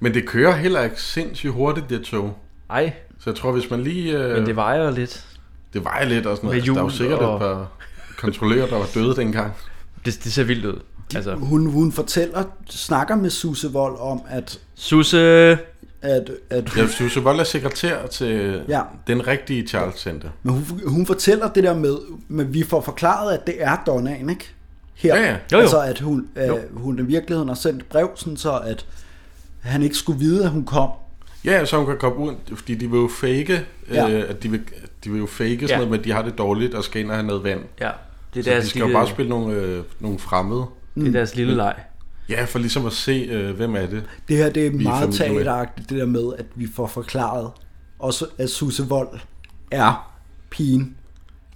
Speaker 3: Men det kører heller ikke sindssygt hurtigt, det tog.
Speaker 2: Ej,
Speaker 3: Så jeg tror, hvis man lige... Øh,
Speaker 2: men det vejer jo lidt.
Speaker 3: det vejer lidt og sådan noget.
Speaker 2: Med
Speaker 3: Altså, der er
Speaker 2: hjul
Speaker 3: jo sikkert
Speaker 2: og-
Speaker 3: et par kontrollører, der var døde dengang.
Speaker 2: Det, det ser vildt ud. Altså,
Speaker 4: Hun, hun fortæller, snakker med Susse Vold om, at,
Speaker 2: Susse,
Speaker 4: at, at
Speaker 3: Jeg synes, at Vold er sekretær til
Speaker 4: Ja.
Speaker 3: ja. den rigtige Charles Center.
Speaker 4: men hun, hun fortæller det der med, men vi får forklaret, at det er Donnaen, ikke? Her.
Speaker 3: Ja, ja.
Speaker 2: Jo, jo.
Speaker 4: Altså, at hun, øh, hun i virkeligheden har sendt brev, sådan så at han ikke skulle vide, at hun kom.
Speaker 3: Ja, så hun kan komme ud, fordi de vil jo fake,
Speaker 4: Ja.
Speaker 3: ja. øh, at de vil, de vil jo fake sådan
Speaker 2: Ja.
Speaker 3: noget, men de har det dårligt og skal ind og have noget vand.
Speaker 2: ja, det
Speaker 3: Så
Speaker 2: er
Speaker 3: de
Speaker 2: deres,
Speaker 3: skal jo
Speaker 2: lille,
Speaker 3: bare spille nogle, øh, nogle fremmede.
Speaker 2: det er deres lille leg.
Speaker 3: Ja, for ligesom at se, øh, hvem er det.
Speaker 4: Det her, det er
Speaker 3: er
Speaker 4: meget
Speaker 3: familie med.
Speaker 4: teateragtigt, det der med, at vi får forklaret, også at Susse Vold er pigen.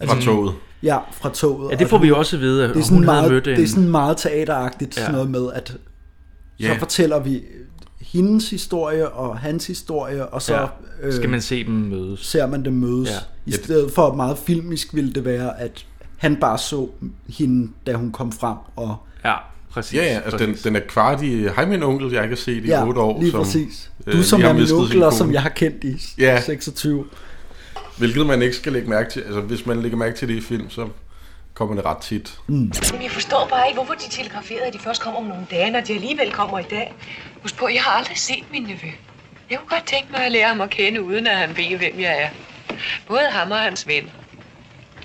Speaker 2: Altså,
Speaker 3: Fra toget.
Speaker 4: Ja, fra toget.
Speaker 2: Ja, det
Speaker 4: Og
Speaker 2: får vi jo også at vide, at
Speaker 4: det er
Speaker 2: hun
Speaker 4: sådan,
Speaker 2: havde
Speaker 4: meget,
Speaker 2: mødt en...
Speaker 4: det er sådan meget teateragtigt, ja.
Speaker 2: Ja.
Speaker 4: sådan noget med, at så
Speaker 3: Ja.
Speaker 4: fortæller vi hendes historie og hans historie, og så
Speaker 2: ja,
Speaker 4: øh,
Speaker 2: skal man se dem mødes.
Speaker 4: ser man dem mødes.
Speaker 2: Ja.
Speaker 4: Ja. I stedet for meget filmisk ville det være, at han bare så hende, da hun kom frem. Og,
Speaker 2: Ja, præcis.
Speaker 3: Ja, ja, altså den,
Speaker 2: præcis.
Speaker 3: den er kvart i, hej min onkel, jeg ikke har set i
Speaker 4: ja,
Speaker 3: ja, 8 år.
Speaker 4: lige
Speaker 3: som,
Speaker 4: præcis.
Speaker 3: øh,
Speaker 4: Du som
Speaker 3: lige har
Speaker 4: er min
Speaker 3: mistet sin
Speaker 4: onkel, og
Speaker 3: kone.
Speaker 4: som jeg har kendt i
Speaker 3: Ja.
Speaker 4: 26.
Speaker 3: Hvilket man ikke skal lægge mærke til. Altså, hvis man lægger mærke til det i film, så kommer det ret tit.
Speaker 11: Men jeg forstår bare ikke, hvorfor de telegraferede, at de først kommer om nogle dage, når de alligevel kommer i dag. Husk på, jeg har aldrig set min nevø. Jeg kunne godt tænke mig at lære ham at kende, uden at han ved, hvem jeg er. Både ham og hans venner.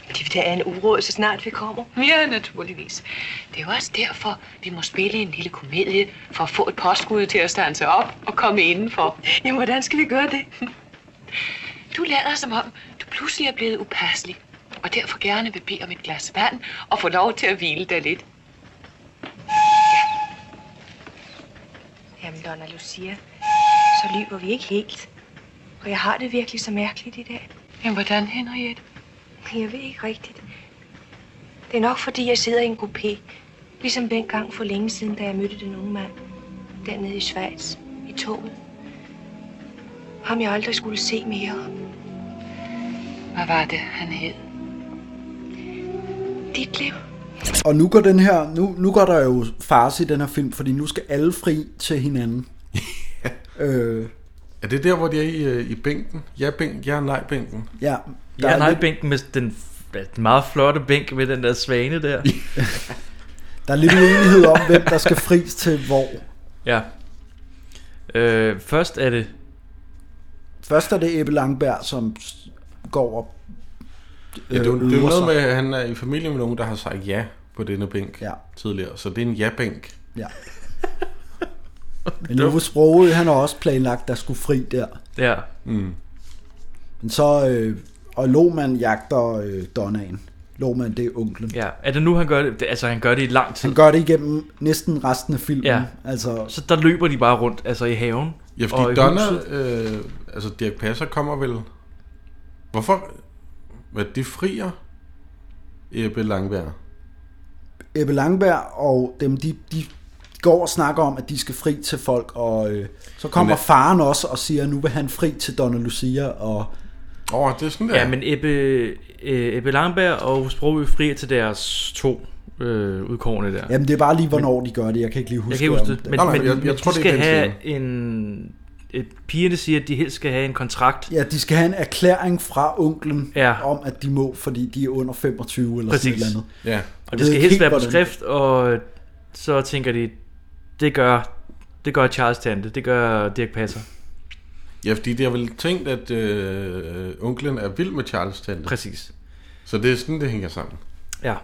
Speaker 12: De vil da have en uråd, så snart vi kommer.
Speaker 11: Ja, naturligvis. Det er jo også derfor, vi må spille en lille komedie, for at få et påskud til at stanse op og komme indenfor.
Speaker 12: Jamen, hvordan skal vi gøre det?
Speaker 11: Du lader som om, du pludselig er blevet upasselig, og derfor gerne vil bede om et glas vand og få lov til at hvile dig lidt. Ja.
Speaker 12: Jamen, Donna Lucia, så lyver vi ikke helt. Og jeg har det virkelig så mærkeligt i dag.
Speaker 11: Jamen, hvordan, Henriette?
Speaker 12: Jeg ved ikke rigtigt. Det er nok, fordi jeg sidder i en coupé. Ligesom dengang for længe siden, da jeg mødte den unge mand. Dernede i Schweiz. I toget. Ham jeg aldrig skulle se mere.
Speaker 11: Hvad var det, han hed?
Speaker 12: Dit liv.
Speaker 4: Og nu går den her, nu, nu går der jo fars i den her film, fordi nu skal alle fri til hinanden. øh,
Speaker 3: Er det der, hvor de er i, øh, i bænken? Ja, bænken. Ja, nej, bænken.
Speaker 4: ja,
Speaker 2: Der ja, nej, bænken med den, den meget flotte bænk med den der svane der.
Speaker 4: der er lidt uenighed om, hvem der skal fris til hvor.
Speaker 2: ja. Øh, først er det...
Speaker 4: Først er det Ebbe Langberg, som s- går op.
Speaker 3: Ja,
Speaker 4: Øh,
Speaker 3: det, er jo- det er jo noget med, at han er i familie med nogen, der har sagt ja på denne bænk
Speaker 4: ja.
Speaker 3: tidligere. Så det er en ja-bænk.
Speaker 4: Ja. Men Ove Sprogø, han har også planlagt, der skulle fri der.
Speaker 2: Ja.
Speaker 3: Mm.
Speaker 4: Men så, øh, og Lohmann jagter øh, Donnaen. Lohmann, det er onklen.
Speaker 2: Ja, er det nu, han gør det? det? Altså, han gør det i lang tid.
Speaker 4: Han gør det igennem næsten resten af filmen.
Speaker 2: Ja.
Speaker 4: Altså,
Speaker 2: Så der løber de bare rundt, altså i haven.
Speaker 3: Ja, fordi
Speaker 2: og i
Speaker 3: Donna,
Speaker 2: huset.
Speaker 3: øh, altså Dirk Passer kommer vel... Hvorfor? Hvad, de frier Ebbe Langberg?
Speaker 4: Ebbe Langberg og dem, de, de går og snakker om, at de skal fri til folk, og øh, så kommer
Speaker 3: Men-
Speaker 4: faren også og siger, at nu vil han fri til Donna Lucia, og
Speaker 3: Åh, oh, det er sådan der.
Speaker 2: Ja, men Ebbe, øh, Ebbe Langberg og Sprogø frier til deres to øh, udkårne der.
Speaker 4: jamen det er bare lige, hvornår de gør det, jeg kan ikke lige huske,
Speaker 2: Jeg kan ikke huske
Speaker 4: om
Speaker 2: det, men,
Speaker 3: Nej, nej,
Speaker 2: men
Speaker 3: jeg- jeg
Speaker 2: men
Speaker 3: tror,
Speaker 2: de
Speaker 3: det er
Speaker 2: skal
Speaker 3: den
Speaker 2: have en... øh, Pigerne siger, at de helst skal have en kontrakt.
Speaker 4: Ja, de skal have en erklæring fra onklen
Speaker 2: Ja.
Speaker 4: om, at de må, fordi de er under 25 eller
Speaker 2: Præcis.
Speaker 4: sådan noget.
Speaker 3: Ja.
Speaker 2: Og det skal helst være på skrift, og øh, så tænker de, det gør, det gør Charles Tante, det gør Dirk Passer.
Speaker 3: Ja, fordi de har vel tænkt, at øh, onklen er vild med Charles Tante.
Speaker 2: Præcis.
Speaker 3: Så det er sådan, det hænger sammen.
Speaker 2: Ja.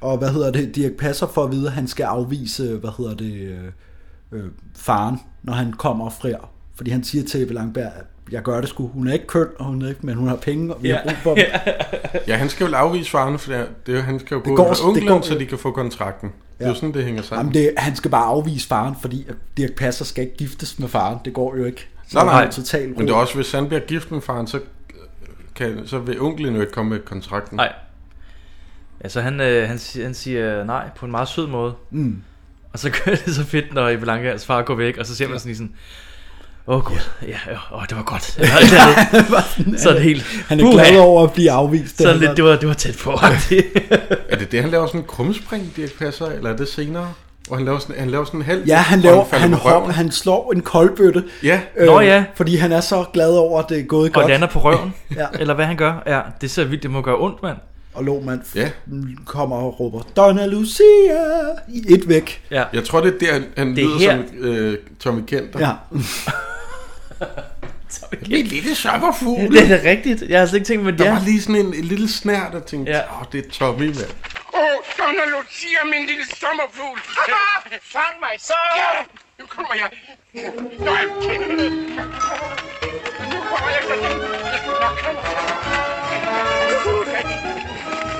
Speaker 4: Og hvad hedder det, Dirk Passer for at vide, at han skal afvise, hvad hedder det, øh, øh, faren, når han kommer og frier. Fordi han siger til Ebbe Langberg, at jeg gør det sgu. Hun er ikke køn, og hun er ikke, men hun har penge, og vi har
Speaker 2: Ja.
Speaker 4: brug for dem.
Speaker 3: Ja, han skal vel afvise faren, for det er- det er, han skal jo gå
Speaker 4: går-
Speaker 3: med
Speaker 4: det
Speaker 3: onklen,
Speaker 4: går-
Speaker 3: så de kan få kontrakten. Ja. Det er jo
Speaker 4: Ja.
Speaker 3: sådan, det hænger sammen.
Speaker 4: Jamen det, han skal bare afvise faren, fordi at Dirk Passer skal ikke giftes med faren. Det går jo ikke. Så
Speaker 3: Nej,
Speaker 4: er han
Speaker 3: nej.
Speaker 4: Total
Speaker 3: Men det er også, hvis han bliver gift med faren, så, øh, kan, så vil onklen jo ikke komme med kontrakten.
Speaker 2: Nej. Altså han, øh, han, si- han siger nej på en meget sød måde.
Speaker 4: Mm.
Speaker 2: Og så gør det så fedt, når Ebbe Langbergs far går væk, og så ser man sådan i sådan, åh oh, gud, ja, ja, åh, det var godt. Eller et eller andet. sådan helt,
Speaker 4: Han er
Speaker 2: "Puha."
Speaker 4: glad over at blive afvist.
Speaker 2: Sådan lidt, det var, det var tæt på.
Speaker 3: Er det det, han laver sådan en krumspring, Dirk Passer, eller er det senere? Og han laver sådan, han laver sådan en halv...
Speaker 4: Ja, han,
Speaker 3: hvor
Speaker 4: laver,
Speaker 3: falder
Speaker 4: han,
Speaker 3: på
Speaker 4: hop,
Speaker 3: røven.
Speaker 4: han slår en koldbøtte. Øh,
Speaker 3: Ja.
Speaker 2: Nå ja.
Speaker 4: Fordi han er så glad over, at det er gået
Speaker 2: og
Speaker 4: godt.
Speaker 2: lander på røven,
Speaker 4: Ja.
Speaker 2: ja. eller hvad han gør. Ja, det er så vildt, det må gøre ondt, mand.
Speaker 4: Og Lohmann
Speaker 3: Ja.
Speaker 4: kommer og råber, Donna Lucia! I et væk.
Speaker 2: Ja.
Speaker 3: Jeg tror, det er der, han, han
Speaker 2: Det er
Speaker 3: lyder
Speaker 2: her.
Speaker 3: som øh, Tommy Kenter.
Speaker 4: Ja.
Speaker 3: Min lille sommerfugl.
Speaker 2: Det er da rigtigt. Jeg har slet ikke tænkt, men det
Speaker 3: Der
Speaker 2: er.
Speaker 3: var lige sådan en, en lille snært, der tænkte,
Speaker 2: Ja.
Speaker 3: åh, ja. oh, det er Tommy, mand.
Speaker 5: Åh, oh, Donna Lucia, min lille sommerfugl. Fang mig så! Ja, nu kommer jeg. Nå, jeg kender det. Nu kommer jeg efter den. Nå, kom. Uh,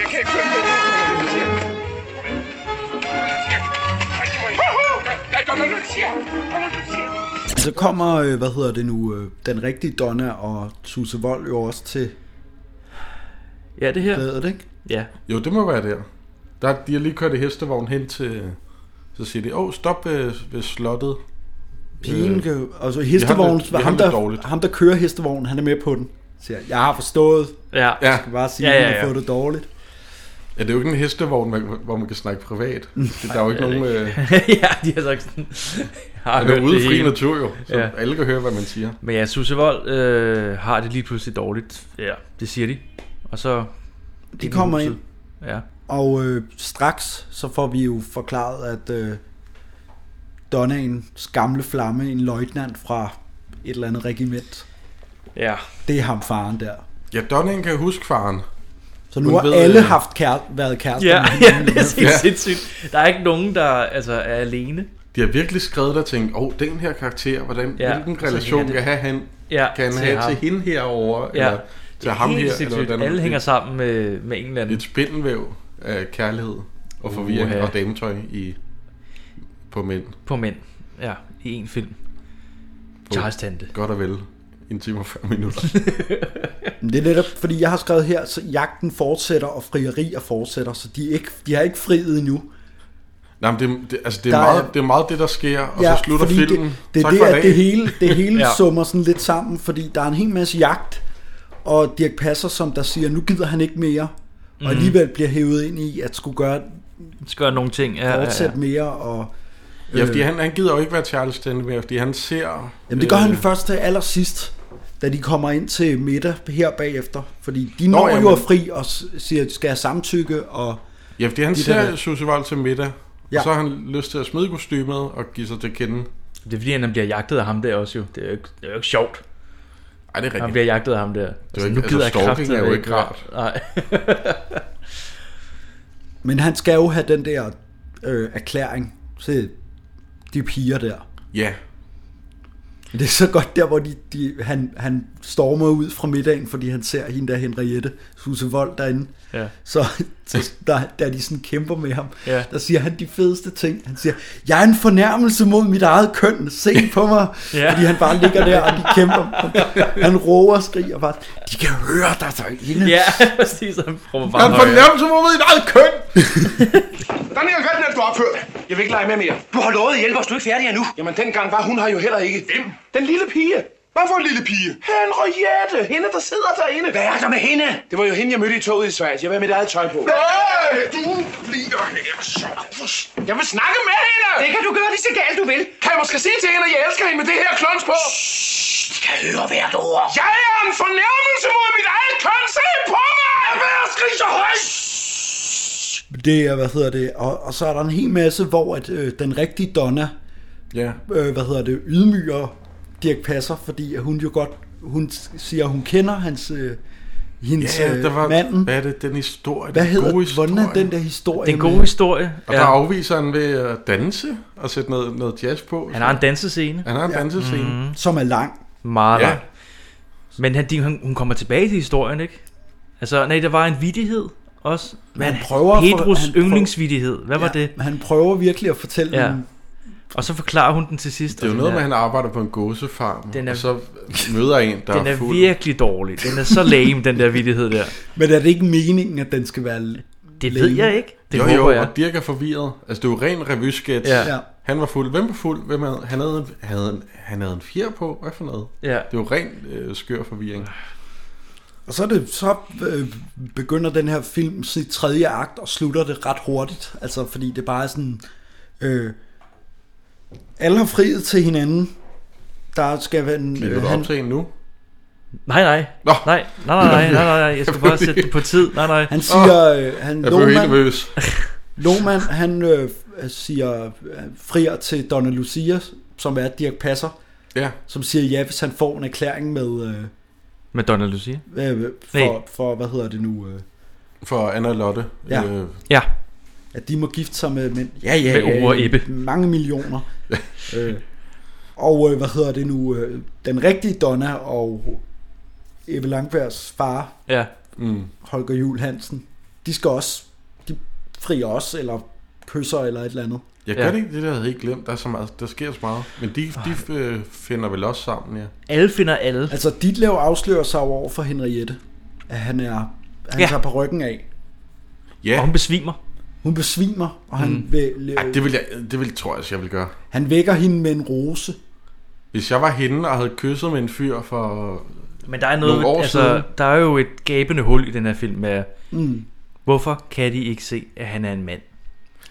Speaker 5: Jeg kan ikke følge med. Nej, Donna Lucia! Donna Lucia!
Speaker 4: Så kommer, øh, hvad hedder det nu, øh, den rigtige Donna og Susse Vold jo også til
Speaker 2: Ja, det her.
Speaker 4: bladet, ikke?
Speaker 2: Ja.
Speaker 3: Jo, det må være der. der de har lige kørt i hestevogn hen til... Så siger de, åh, oh, stop ved, ved slottet.
Speaker 4: Pigen,
Speaker 3: Øh,
Speaker 4: øh, altså
Speaker 3: jeg har
Speaker 4: hestevognen,
Speaker 3: det- jeg
Speaker 4: ham,
Speaker 3: har
Speaker 4: ham,
Speaker 3: det
Speaker 4: der,
Speaker 3: dårligt.
Speaker 4: ham der kører hestevognen, han er med på den. Siger, jeg har forstået,
Speaker 2: Ja.
Speaker 3: Ja,
Speaker 4: jeg skal bare sige, at
Speaker 2: Ja,
Speaker 4: ja,
Speaker 2: ja,
Speaker 4: ja,
Speaker 2: ja.
Speaker 4: har fået det dårligt.
Speaker 3: ja, det er jo ikke en hestevogn, man, hvor man kan snakke privat. Det, der er jo ikke nogen... Øh,
Speaker 2: ja, de har sagt sådan. Jeg har
Speaker 3: han er
Speaker 2: hørt
Speaker 3: ude i
Speaker 2: det
Speaker 3: fri
Speaker 2: hele.
Speaker 3: natur jo, så
Speaker 2: Ja.
Speaker 3: ja. alle kan høre, hvad man siger.
Speaker 2: Men ja, Susse Vold øh, har det lige pludselig dårligt. Ja, det siger de. Og så...
Speaker 4: De kommer ind,
Speaker 2: Ja.
Speaker 4: og øh, straks så får vi jo forklaret, at øh, Donnaens gamle flamme, en løjtnant fra et eller andet regiment,
Speaker 2: Ja.
Speaker 4: det er ham faren der.
Speaker 3: Ja, Donningen kan huske faren.
Speaker 4: Så nu
Speaker 3: Hun
Speaker 4: har
Speaker 3: ved,
Speaker 4: alle
Speaker 3: øh,
Speaker 4: haft kær- været kærester
Speaker 2: Ja,
Speaker 4: med
Speaker 2: ja, det er helt
Speaker 3: Ja.
Speaker 2: sindssygt. Der er ikke nogen, der altså, er alene.
Speaker 3: De har virkelig skrevet der og tænkt, åh, oh, den her karakter, hvordan,
Speaker 2: Ja,
Speaker 3: ja, hvilken
Speaker 2: så
Speaker 3: relation
Speaker 2: hænger det-
Speaker 3: kan have han,
Speaker 2: Ja,
Speaker 3: kan han
Speaker 2: til
Speaker 3: have
Speaker 2: ham.
Speaker 3: til hende herovre,
Speaker 2: Ja.
Speaker 3: ja. eller til ham
Speaker 2: helt
Speaker 3: her, eller
Speaker 2: sindssygt.
Speaker 3: hvordan.
Speaker 2: Alle hænger sammen med, med en eller anden.
Speaker 3: Et spindelvæv af kærlighed og forvirring
Speaker 2: Uha.
Speaker 3: og dametøj i, på mænd.
Speaker 2: På mænd. Ja, i én film. Charles Tante.
Speaker 3: Godt og vel. En time og 40 minutter.
Speaker 4: Men det er netop, fordi jeg har skrevet her, så jagten fortsætter, og frierier fortsætter, så de, er ikke, de har ikke friet endnu.
Speaker 3: Nej, men det, det, altså, det, er
Speaker 4: Der er-
Speaker 3: meget, det er meget det, der sker, og ja, så slutter
Speaker 4: fordi
Speaker 3: filmen.
Speaker 4: Det, det er
Speaker 3: tak
Speaker 4: det,
Speaker 3: for i
Speaker 4: at
Speaker 3: dag.
Speaker 4: det hele, det hele
Speaker 3: Ja.
Speaker 4: ja. summer sådan lidt sammen, fordi der er en hel masse jagt, og Dirk Passer, som der siger, nu gider han ikke mere, mm.
Speaker 2: Mhm.
Speaker 4: og alligevel bliver hævet ind i at skulle gøre,
Speaker 2: Skal gøre nogle ting. Ja, ja, ja.
Speaker 4: fortsætte mere. Og,
Speaker 3: Ja, fordi han, han gider jo ikke være Charles Stanley mere, fordi han ser... øh,
Speaker 4: Jamen det gør han først til allersidst, da de kommer ind til middag her bagefter, fordi de
Speaker 3: Nå,
Speaker 4: når
Speaker 3: ja,
Speaker 4: jo
Speaker 3: men-
Speaker 4: er fri og s- siger, at de skal have samtykke, og
Speaker 3: Ja, fordi han
Speaker 4: de
Speaker 3: ser
Speaker 4: der-
Speaker 3: Susie Wold til middag, ja.
Speaker 4: Ja.
Speaker 3: og så har han lyst til at smide kostymet og give sig til kende.
Speaker 2: Det er fordi, han bliver jagtet af ham der også jo. Det er jo ikke, det er jo ikke sjovt.
Speaker 3: Ej, det er rigtigt.
Speaker 2: Han bliver jagtet af ham der. Det
Speaker 3: jo ikke- altså, stalking er jo ikke rart.
Speaker 2: Nej.
Speaker 4: Men han skal jo have den der øh, erklæring til de piger der.
Speaker 3: Ja.
Speaker 4: Det er så godt der, hvor de, de, han, han stormer ud fra middagen, fordi han ser hende der Henriette, Susse Vold derinde.
Speaker 2: Ja.
Speaker 4: Så, så der, der de sådan kæmper med ham,
Speaker 2: Ja.
Speaker 4: der siger han de fedeste ting. Han siger, jeg er en fornærmelse mod mit eget køn, se på mig.
Speaker 2: Ja.
Speaker 4: ja. Fordi han bare ligger der, og de kæmper. Han råber og skriger bare, de kan høre dig derinde.
Speaker 2: Ja, præcis. Han prøver
Speaker 4: Han
Speaker 2: bare.
Speaker 4: fornærmer-
Speaker 3: Jamen, så må man i eget køn!
Speaker 6: Den her køn, at du har opført. Jeg vil ikke lege med mere. Du har lovet at hjælpe os, du er ikke færdig endnu. Jamen, dengang var hun her jo heller ikke. Hvem? Den lille pige. Hvad for en lille pige? Henriette, hende der sidder derinde. Hvad er der med hende? Det var jo hende, jeg mødte i toget i Sverige. Jeg var med mit eget tøj på. Nej, du bliver her så. Jeg vil snakke med hende. Det kan du gøre lige så galt du vil. Kan jeg måske sige til hende, at jeg elsker hende med det her klons på? Shh, de kan høre hvert ord. Jeg er en fornærmelse mod mit eget køn. Se på mig! Hvad er skrig så højt?
Speaker 4: Det er, hvad hedder det, og, og så er der en hel masse, hvor at, øh, den rigtige Donna,
Speaker 3: Ja.
Speaker 4: øh, hvad hedder det, ydmyger Dirk Passer, fordi at hun jo godt, hun s- siger, hun kender hans, øh, hendes
Speaker 3: Ja,
Speaker 4: ja,
Speaker 3: ja, der var,
Speaker 4: Øh, manden.
Speaker 3: hvad er det, den historie?
Speaker 4: Hvad
Speaker 3: den
Speaker 4: hedder
Speaker 3: gode
Speaker 4: hvordan er den der historie? med-
Speaker 3: Og der afviser han ved at danse og sætte noget, noget jazz på.
Speaker 2: Han har en dansescene.
Speaker 3: Han har en dansescene.
Speaker 2: Mhm.
Speaker 4: Som er lang.
Speaker 2: Meget
Speaker 3: Ja.
Speaker 2: ja. Men han, de- hun, hun kommer tilbage til historien, ikke? Altså, nej, der var en vidighed også. Men han prøver Hedros
Speaker 4: han prøver-
Speaker 2: yndlingsvidighed. Hvad var det?
Speaker 4: Han prøver virkelig at fortælle
Speaker 2: Ja.
Speaker 4: ja. dem.
Speaker 2: Og så forklarer hun den til sidst.
Speaker 3: Det er jo
Speaker 2: og
Speaker 3: noget
Speaker 2: den
Speaker 3: med, at han arbejder på en gåsefarm,
Speaker 2: Den
Speaker 3: den
Speaker 2: er-
Speaker 3: er, og så møder en, der
Speaker 2: Den
Speaker 3: er
Speaker 2: er
Speaker 3: fuld.
Speaker 2: virkelig dårlig. Den er så lame, den der vidighed der.
Speaker 4: Men er det ikke meningen, at den skal være
Speaker 2: Det ved jeg ikke. Det
Speaker 3: jo,
Speaker 2: håber
Speaker 3: jo,
Speaker 2: jeg.
Speaker 3: og Dirk er forvirret. Altså, det er jo ren revyskets.
Speaker 2: Ja. Ja.
Speaker 3: Han var fuld. Hvem var fuld? Hvem havde, han, havde, en- havde en, han havde en fjer på. Hvad for noget?
Speaker 2: Ja.
Speaker 3: Det er jo ren øh, skør forvirring.
Speaker 4: Og så, er det, så øh, begynder den her film sit tredje akt og slutter det ret hurtigt. Altså fordi det bare er sådan... Øh, alle har friet til hinanden. Der skal være en...
Speaker 3: Vil du op til en nu?
Speaker 2: Nej, nej.
Speaker 3: Nå.
Speaker 2: Nej, nej, nej, nej, nej, nej, jeg skal bare sætte det på tid. Nej, nej.
Speaker 4: Han siger... Øh, han,
Speaker 3: jeg blev helt
Speaker 4: Lohmann-
Speaker 3: nervøs.
Speaker 4: Lohmann, han øh, siger, øh, frier til Donna Lucia, som er Dirk Passer.
Speaker 3: Ja.
Speaker 4: Som siger ja, hvis han får en erklæring med... Øh,
Speaker 2: Med Donna Lucia.
Speaker 4: øh,
Speaker 2: Nej.
Speaker 4: for, for, hvad hedder det nu? Øh,
Speaker 3: For Anna Lotte.
Speaker 4: Ja.
Speaker 3: Øh,
Speaker 2: Ja.
Speaker 4: at de må gifte sig med mænd.
Speaker 2: Med Ove og Ebbe.
Speaker 4: Mange millioner. øh, og øh, hvad hedder det nu? Øh, den rigtige Donna og Ebbe Langbergs far,
Speaker 2: Ja.
Speaker 3: Mm.
Speaker 4: Holger Jul Hansen, de skal også, de frier også, eller kysser eller et eller andet.
Speaker 3: jeg gør det ikke, det der jeg havde helt glemt. Der, er så meget, der sker så meget. Men de, de øh, finder vel også sammen, ja.
Speaker 2: Alle finder alle.
Speaker 4: Altså, Ditlev afslører sig jo over for Henriette, at han er,
Speaker 2: Ja.
Speaker 4: han ja. tager på ryggen af.
Speaker 3: Ja.
Speaker 2: Og hun besvimer.
Speaker 4: Hun besvimer, og han,
Speaker 3: Mm.
Speaker 4: mm. vil, øh,
Speaker 3: Ej, det, vil jeg, det vil, tror jeg, også, jeg vil gøre.
Speaker 4: han vækker hende med en rose.
Speaker 3: Hvis jeg var hende og havde kysset med en fyr for
Speaker 2: Men der er noget,
Speaker 3: nogle år altså,
Speaker 2: altså,
Speaker 3: siden,
Speaker 2: der er jo et gabende hul i den her film med,
Speaker 4: Mm.
Speaker 2: hvorfor kan de ikke se, at han er en mand?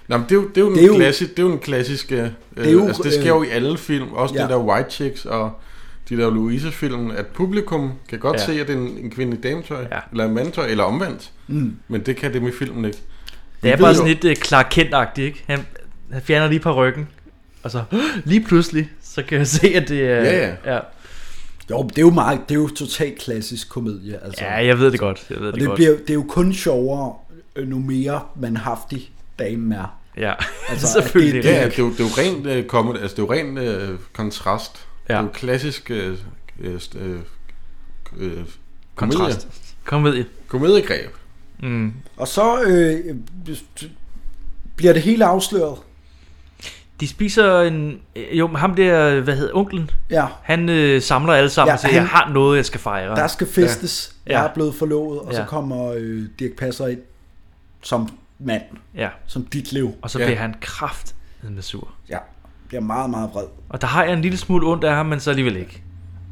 Speaker 3: Nå, men det er jo, det er jo,
Speaker 2: Det er
Speaker 3: det
Speaker 2: jo-
Speaker 3: en klassisk, det er jo en klassiske, øh, det,
Speaker 2: er jo,
Speaker 3: altså, det sker jo
Speaker 2: øh,
Speaker 3: i alle film, også ja.
Speaker 2: ja.
Speaker 3: det der White Chicks og de der Louise-film, at publikum kan godt
Speaker 2: Ja.
Speaker 3: ja. se, at det er en, en kvinde i dametøj, ja. eller en mandtøj, eller omvendt,
Speaker 2: Mm.
Speaker 3: men det kan det med filmen ikke. Vi
Speaker 2: Det er
Speaker 3: ved
Speaker 2: bare
Speaker 3: jo-
Speaker 2: sådan lidt uh, Clark Kent-agtigt, ikke? Han, han fjerner lige på ryggen, og så lige pludselig, så kan jeg se, at det er... ja.
Speaker 4: Jo, men det er jo meget, det er jo totalt klassisk komedie. Altså.
Speaker 2: Ja, jeg ved det godt, jeg ved
Speaker 4: og
Speaker 2: det
Speaker 4: det,
Speaker 2: godt.
Speaker 4: Bliver, det er jo kun sjovere, øh, nu mere manhaftig damen er.
Speaker 2: Ja,
Speaker 4: altså, at
Speaker 3: Det, det, ja, det, er jo, det er jo ren, øh, kommet, altså, det er jo ren øh, kontrast. Ja. Det er jo klassisk øh, øh, st- øh, øh,
Speaker 2: Kontrast. Komedie.
Speaker 3: Komediegreb.
Speaker 2: Mm.
Speaker 4: Og så øh, bliver det hele afsløret.
Speaker 2: De spiser en... øh, Jo, men ham der, hvad hedder onklen?
Speaker 4: Ja.
Speaker 2: Han øh, samler alle sammen
Speaker 4: Ja,
Speaker 2: ja, og siger, han,
Speaker 4: han-
Speaker 2: jeg har noget, jeg skal fejre.
Speaker 4: Der skal festes. Ja.
Speaker 2: Ja.
Speaker 4: Jeg er blevet forlovet, og ja. så
Speaker 2: Ja.
Speaker 4: kommer øh, Dirk Passer ind som mand.
Speaker 2: Ja.
Speaker 4: Som dit liv.
Speaker 2: Og så
Speaker 4: Ja.
Speaker 2: bliver han kraft med sur.
Speaker 4: Ja. Bliver meget, meget vred.
Speaker 2: Og der har jeg en lille smule ondt af ham, men så alligevel ikke.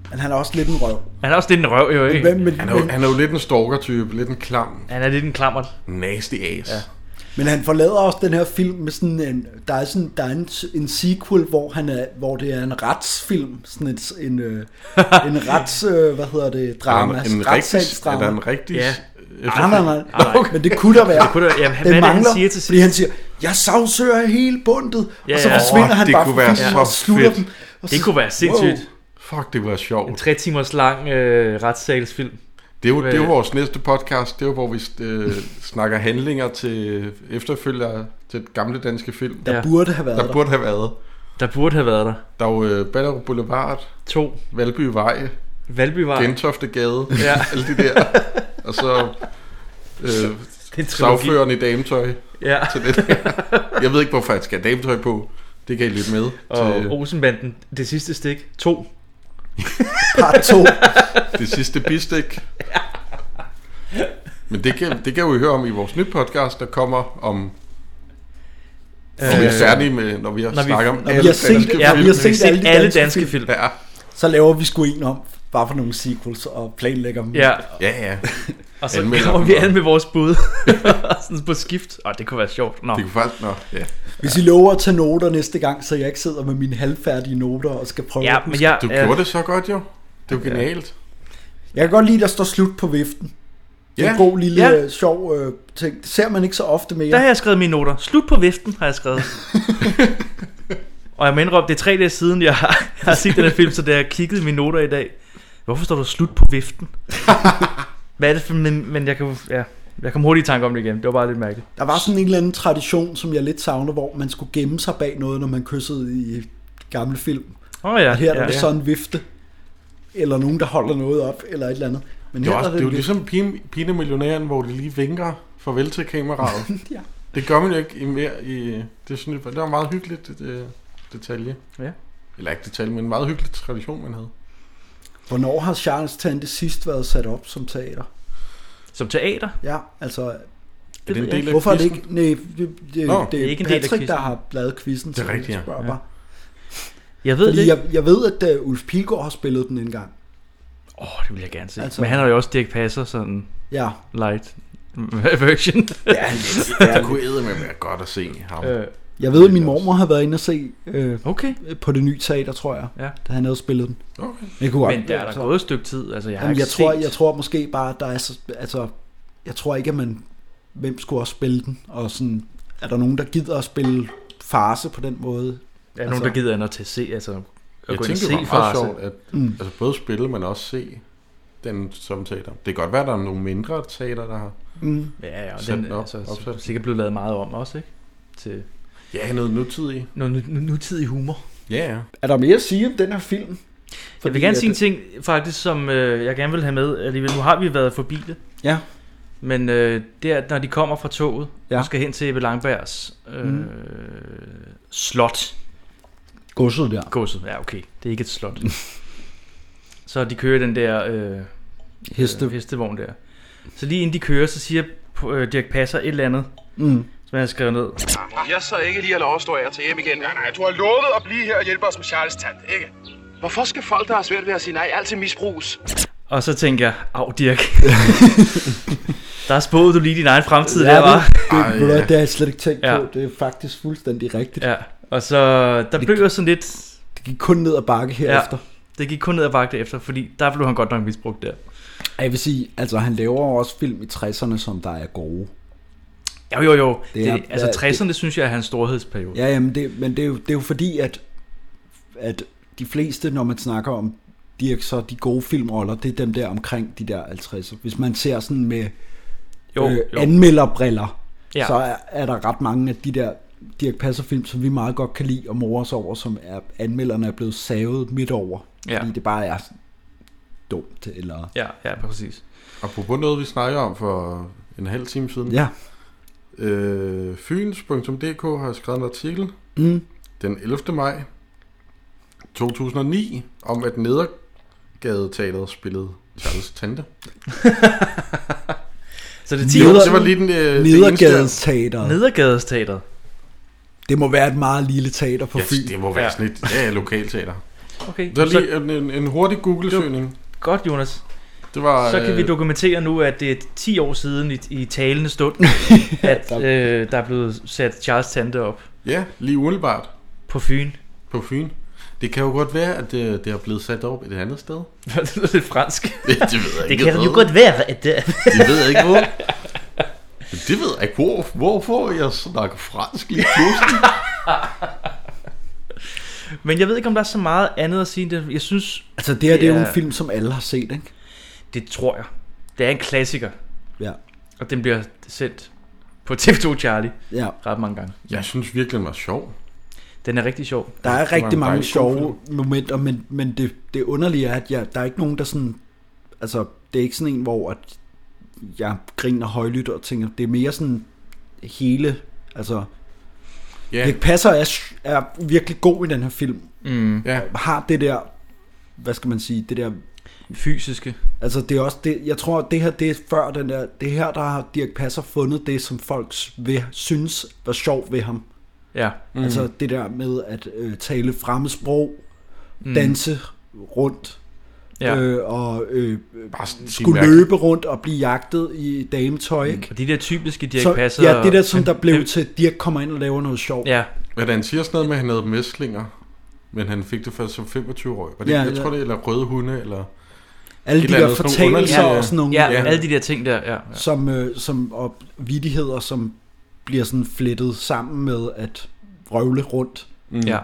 Speaker 4: Men han er også lidt en røv.
Speaker 2: Han er også lidt en røv, jo ikke?
Speaker 4: Men- men-
Speaker 3: Han er, jo, han er jo lidt en stalker-type, lidt en klam.
Speaker 2: Han er lidt en klammert.
Speaker 3: Nasty ass. Ja.
Speaker 4: Men han forlader også den her film med sådan en... Der er, sådan, der er en, en sequel, hvor, han er, hvor det er en retsfilm. Sådan et, en, øh, en rets... Øh, hvad hedder det? Drama.
Speaker 3: Er der en- en
Speaker 4: retssagsdrama.
Speaker 3: rigtig- er der en rigtig-
Speaker 4: Ja.
Speaker 3: øh,
Speaker 4: Nej, nej, nej.
Speaker 3: Nej, nej.
Speaker 4: Men det kunne der være.
Speaker 3: Det kunne der- ja,
Speaker 2: hvad er det, han siger til
Speaker 4: Fordi han siger, jeg sagsøger hele bundet.
Speaker 2: Ja,
Speaker 4: og så
Speaker 2: ja.
Speaker 4: forsvinder han
Speaker 3: det
Speaker 4: bare
Speaker 3: kunne
Speaker 4: fra
Speaker 3: være
Speaker 4: filmen
Speaker 3: så
Speaker 4: og slutter
Speaker 3: fedt.
Speaker 4: den. Og
Speaker 2: Det
Speaker 4: så-
Speaker 2: kunne være sindssygt.
Speaker 4: Wow.
Speaker 3: Fuck, det var sjovt.
Speaker 2: En tre timers lang øh, retssalsfilm.
Speaker 3: Det er, jo,
Speaker 2: Hvad-
Speaker 3: det er jo vores næste podcast, det er jo, hvor vi øh, snakker handlinger til efterfølgere til gamle danske film.
Speaker 4: Der Ja. burde have været
Speaker 3: der.
Speaker 4: der.
Speaker 3: burde have været.
Speaker 2: Der burde have været der.
Speaker 3: Der er jo øh, Ballerup Boulevard.
Speaker 2: To.
Speaker 3: Valbyvej.
Speaker 2: Valbyvej.
Speaker 3: Gentofte Gade.
Speaker 2: Ja.
Speaker 3: Alle de der. Og så øh,
Speaker 2: trilogi.
Speaker 3: sagføren i dametøj.
Speaker 2: Ja.
Speaker 3: Til det. Jeg ved ikke, hvorfor jeg skal have dametøj på. Det kan I lytte med.
Speaker 2: Og
Speaker 3: til-
Speaker 2: Rosenbanden, det sidste stik. To.
Speaker 4: Part to.
Speaker 3: det sidste bistik. Men det kan, det kan vi høre om i vores nye podcast, der kommer om... Når vi er færdige med, når vi har
Speaker 2: Øh, Når vi-
Speaker 3: snakket om
Speaker 2: når vi
Speaker 3: alle
Speaker 2: har set-
Speaker 3: danske
Speaker 2: ja,
Speaker 3: film.
Speaker 2: vi har set alle de danske film.
Speaker 3: Ja.
Speaker 4: Så laver vi sgu en om, bare for nogle sequels, og planlægger dem.
Speaker 2: Ja.
Speaker 3: Ja, ja.
Speaker 2: Og så
Speaker 3: Anmelder
Speaker 2: kommer
Speaker 3: dem
Speaker 2: vi
Speaker 3: og-
Speaker 2: an med vores bud. Sådan på skift. Åh, det kunne være sjovt. Nå.
Speaker 3: Det kunne faktisk... Nå, ja.
Speaker 4: Hvis I lover at tage noter næste gang, så jeg ikke sidder med mine halvfærdige noter og skal prøve
Speaker 2: Ja,
Speaker 4: at
Speaker 2: men
Speaker 4: huske.
Speaker 2: jeg- Du gjorde
Speaker 3: det så godt jo. Det er jo genialt.
Speaker 4: Jeg kan godt lide, der står slut på viften. Det er en
Speaker 2: Ja.
Speaker 4: god lille
Speaker 2: Ja.
Speaker 4: ja. sjov øh, ting. Det ser man ikke så ofte mere.
Speaker 2: Der har jeg skrevet mine noter. Slut på viften, har jeg skrevet. og jeg må indrømme, det er tre dage siden, jeg har, jeg har set den her film, så da jeg kiggede i mine noter i dag, hvorfor står der slut på viften? Hvad er det for, men, men jeg kan jo- ja, jeg kom hurtigt i tanke om det igen. Det var bare lidt mærkeligt.
Speaker 4: Der var sådan en eller anden tradition, som jeg lidt savner, hvor man skulle gemme sig bag noget, når man kyssede i gamle film.
Speaker 2: Åh ja,
Speaker 4: og her er
Speaker 2: ja,
Speaker 4: der
Speaker 2: ja.
Speaker 4: så en vifte, eller nogen, der holder noget op, eller et eller andet. Men
Speaker 3: Det er,
Speaker 4: her
Speaker 3: også,
Speaker 4: er
Speaker 3: det er jo
Speaker 4: en vifte.
Speaker 3: ligesom pine, pine millionæren, hvor de lige vinker farvel til kameraet.
Speaker 4: ja.
Speaker 3: Det gør man jo ikke i mere i... Det, synes jeg, det var en meget hyggeligt det, det, detalje.
Speaker 2: Ja.
Speaker 3: Eller ikke detalje, men en meget hyggelig tradition, man havde. ligesom-
Speaker 4: Hvornår har Charles Tante sidst været sat op som teater?
Speaker 2: Som teater?
Speaker 4: Ja, altså...
Speaker 2: Det
Speaker 3: en ved jeg del ikke. af
Speaker 4: Hvorfor er det ikke?
Speaker 3: quizzen?
Speaker 4: Nej, det, det,
Speaker 3: Nå,
Speaker 4: det
Speaker 2: det
Speaker 4: er
Speaker 2: er
Speaker 4: ikke
Speaker 2: ikke en del af
Speaker 4: Patrick, en del
Speaker 2: quizzen.
Speaker 4: der har lavet quizzen.
Speaker 2: Det er
Speaker 4: så
Speaker 2: rigtigt, ja.
Speaker 4: spørger
Speaker 2: Ja.
Speaker 4: bare.
Speaker 2: Jeg ved det
Speaker 4: Fordi
Speaker 2: ikke.
Speaker 4: jeg, jeg ved, at uh, Ulf Pilgaard har spillet den en gang.
Speaker 2: Åh, det vil jeg gerne se.
Speaker 4: Altså-
Speaker 2: Altså, men han er jo også Dirk Passer, sådan
Speaker 4: Ja.
Speaker 2: light version.
Speaker 4: Ja, lidt. Ja,
Speaker 3: Det kunne eddermame være godt at se ham.
Speaker 2: Øh.
Speaker 4: Jeg ved, at min mormor har været inde og se øh,
Speaker 2: okay.
Speaker 4: på det nye teater, tror jeg,
Speaker 2: Ja.
Speaker 4: da han havde spillet den.
Speaker 3: Okay.
Speaker 4: Jeg kunne godt-
Speaker 2: Men der er der gået et stykke tid. Altså, jeg har
Speaker 4: Jamen,
Speaker 2: ikke
Speaker 4: jeg, tror,
Speaker 2: set.
Speaker 4: jeg tror måske bare, at der er så, altså, jeg tror ikke, at man, hvem skulle også spille den, og sådan, er der nogen, der gider at spille farse på den måde?
Speaker 2: Er der nogen, der gider end at til se? Altså, at
Speaker 3: Jeg
Speaker 2: gå ind og
Speaker 3: tænkte, det var
Speaker 2: se
Speaker 3: meget
Speaker 2: Farce?
Speaker 3: sjovt, at
Speaker 4: Mm.
Speaker 3: mm. altså, både spille, men også se den som teater. Det kan godt være, at der er nogle mindre teater, der har
Speaker 4: Mm.
Speaker 2: Ja, ja, og
Speaker 3: sat
Speaker 2: den
Speaker 3: den op.
Speaker 2: altså,
Speaker 3: opsat.
Speaker 2: er sikkert blevet lavet meget om også, ikke? Til
Speaker 3: Ja, noget nutidigt.
Speaker 2: noget nu- nu- nutidig humor.
Speaker 3: Ja, ja.
Speaker 4: Er der mere at sige om den her film?
Speaker 2: jeg
Speaker 4: Fordi
Speaker 2: vil gerne
Speaker 4: at-
Speaker 2: sige en ting, faktisk, som øh, jeg gerne vil have med. Alligevel, nu har vi været forbi det.
Speaker 4: Ja.
Speaker 2: Men øh, der, når de kommer fra toget,
Speaker 4: Ja.
Speaker 2: ja. og skal hen til Ebbe Langbergs øh,
Speaker 4: Mm.
Speaker 2: mm. slot.
Speaker 4: Godset der.
Speaker 2: Godset, ja okay. Det er ikke et slot. så de kører den der øh,
Speaker 4: Heste.
Speaker 2: øh, hestevogn der. Så lige inden de kører, så siger øh, Dirk Passer et eller andet,
Speaker 4: Mm.
Speaker 2: som jeg har skrevet ned.
Speaker 6: Må jeg så ikke lige have lov at stå af og tage hjem igen? Nej, nej, du har lovet at blive her og hjælpe os med Charles tand, ikke? Hvorfor skal folk, der har svært ved at sige nej, altid misbruges?
Speaker 2: Og så tænker jeg, au Dirk, der spåede du lige din egen fremtid
Speaker 4: Ja,
Speaker 2: der,
Speaker 4: det,
Speaker 2: var.
Speaker 4: det, det, det, det har jeg slet ikke tænkt ja.
Speaker 2: Ja.
Speaker 4: på. Det er faktisk fuldstændig rigtigt.
Speaker 2: Ja, og så der blev jeg sådan lidt...
Speaker 4: Det gik kun ned ad bakke herefter.
Speaker 2: Ja, det gik kun ned ad bakke efter, fordi der blev han godt nok misbrugt der.
Speaker 4: Ja. Jeg vil sige, altså han laver jo også film i 60'erne, som der er gode.
Speaker 2: Jo, jo, jo.
Speaker 4: Det
Speaker 2: Det
Speaker 4: er-
Speaker 2: det, altså
Speaker 4: ja,
Speaker 2: 60'erne, det, synes jeg, er hans storhedsperiode.
Speaker 4: Ja, jamen det, men det er, jo, det er jo fordi, at, at de fleste, når man snakker om Dirk, så de gode filmroller, det er dem der omkring de der 50. Hvis man ser sådan med
Speaker 2: Jo,
Speaker 4: øh,
Speaker 2: jo.
Speaker 4: anmelderbriller, ja.
Speaker 2: Ja.
Speaker 4: så er, er der ret mange af de der Dirk Passer film, som vi meget godt kan lide og more os over, som er, anmelderne er blevet savet midt over, ja.
Speaker 2: Ja.
Speaker 4: fordi det bare er dumt, eller...
Speaker 2: Ja, ja, præcis.
Speaker 3: Apropos noget, vi snakker om for en halv time siden.
Speaker 4: Ja.
Speaker 3: Øh, Fyns.dk har skrevet en artikel,
Speaker 4: Mm.
Speaker 3: den 11. maj 2009 om, at Nedergadeteateret spillede Charles Tante.
Speaker 2: Så
Speaker 3: det er 10 år siden. Det var lige den, øh, det eneste-
Speaker 4: Nedergades Teater.
Speaker 2: Nedergades Teater.
Speaker 4: Det må være et meget lille teater på
Speaker 3: Ja,
Speaker 4: Fyn.
Speaker 3: det må være sådan et ja, lokalteater.
Speaker 2: Okay.
Speaker 3: Så lige en, en, en hurtig Google-søgning.
Speaker 2: Godt, Jonas.
Speaker 3: Det var,
Speaker 2: Så kan vi
Speaker 3: øh,
Speaker 2: dokumentere nu, at det er 10 år siden i, i talende stund, at øh, der er blevet sat Charles Tante op.
Speaker 3: Ja, lige umiddelbart.
Speaker 2: På Fyn.
Speaker 3: På Fyn. Det kan jo godt være, at øh, det, det er blevet sat op et andet sted.
Speaker 2: det lyder lidt fransk.
Speaker 3: Det, det ved jeg
Speaker 2: Det
Speaker 3: ikke.
Speaker 2: kan jo
Speaker 3: hvad.
Speaker 2: godt være, at øh, det er.
Speaker 3: Det ved jeg ikke, hvor. Det ved jeg ikke, hvor, hvorfor jeg snakker fransk lige pludselig.
Speaker 2: Men jeg ved ikke, om der er så meget andet at sige. end det. Jeg synes...
Speaker 4: Altså det her, det er jo en film, som alle har set, ikke?
Speaker 2: Det tror jeg. Det er en klassiker.
Speaker 4: Ja.
Speaker 2: Og den bliver sendt på TV2 Charlie
Speaker 4: Ja.
Speaker 2: ret mange gange.
Speaker 3: Jeg synes virkelig, den var sjov.
Speaker 2: Den er rigtig sjov.
Speaker 4: Der er rigtig mange
Speaker 2: dejlig god film.
Speaker 4: sjove momenter, men, men det, det underlige er, at jeg, der er ikke nogen, der sådan... Altså, det er ikke sådan en, hvor at jeg griner højlydt og tænker, det er mere sådan hele... Altså,
Speaker 3: Ja.
Speaker 4: yeah. det passer er, er virkelig god i den her film.
Speaker 2: Mm.
Speaker 3: Ja.
Speaker 4: Har det der, hvad skal man sige, det der...
Speaker 2: Fysiske.
Speaker 4: Altså, det er også det, jeg tror, at det her, det er før den der, det er her, der har Dirk Passer fundet det, som folk vil, synes var sjovt ved ham.
Speaker 2: Ja.
Speaker 4: Mm. Altså det der med at øh, tale fremmedsprog,
Speaker 2: Mm.
Speaker 4: mm. danse rundt,
Speaker 2: Ja.
Speaker 4: ja. øh, og øh,
Speaker 3: Bare sådan,
Speaker 4: skulle
Speaker 2: mærkeligt.
Speaker 4: løbe rundt og blive jagtet i dametøj. Mm.
Speaker 2: Og de der typiske Dirk
Speaker 4: så,
Speaker 2: Passer
Speaker 4: Ja, det der,
Speaker 2: og-
Speaker 4: som der blev til, at Dirk kommer ind og laver noget sjovt.
Speaker 2: Ja.
Speaker 3: Hvordan siger sådan noget med, at han havde mæslinger, men han fik det først som 25-årig. Var det,
Speaker 4: Ja,
Speaker 3: ja, jeg
Speaker 4: ja.
Speaker 3: tror, det er eller røde hunde, eller...
Speaker 4: Alle de
Speaker 3: Et eller
Speaker 4: der
Speaker 3: andet, sådan nogle
Speaker 4: fortalelser
Speaker 3: underlige-
Speaker 4: og sådan nogle...
Speaker 2: Ja, alle de der ting der, ja. ja.
Speaker 4: Som, øh, som, og vidigheder, som bliver sådan flettet sammen med at vrøvle rundt.
Speaker 3: Mm.
Speaker 2: Ja.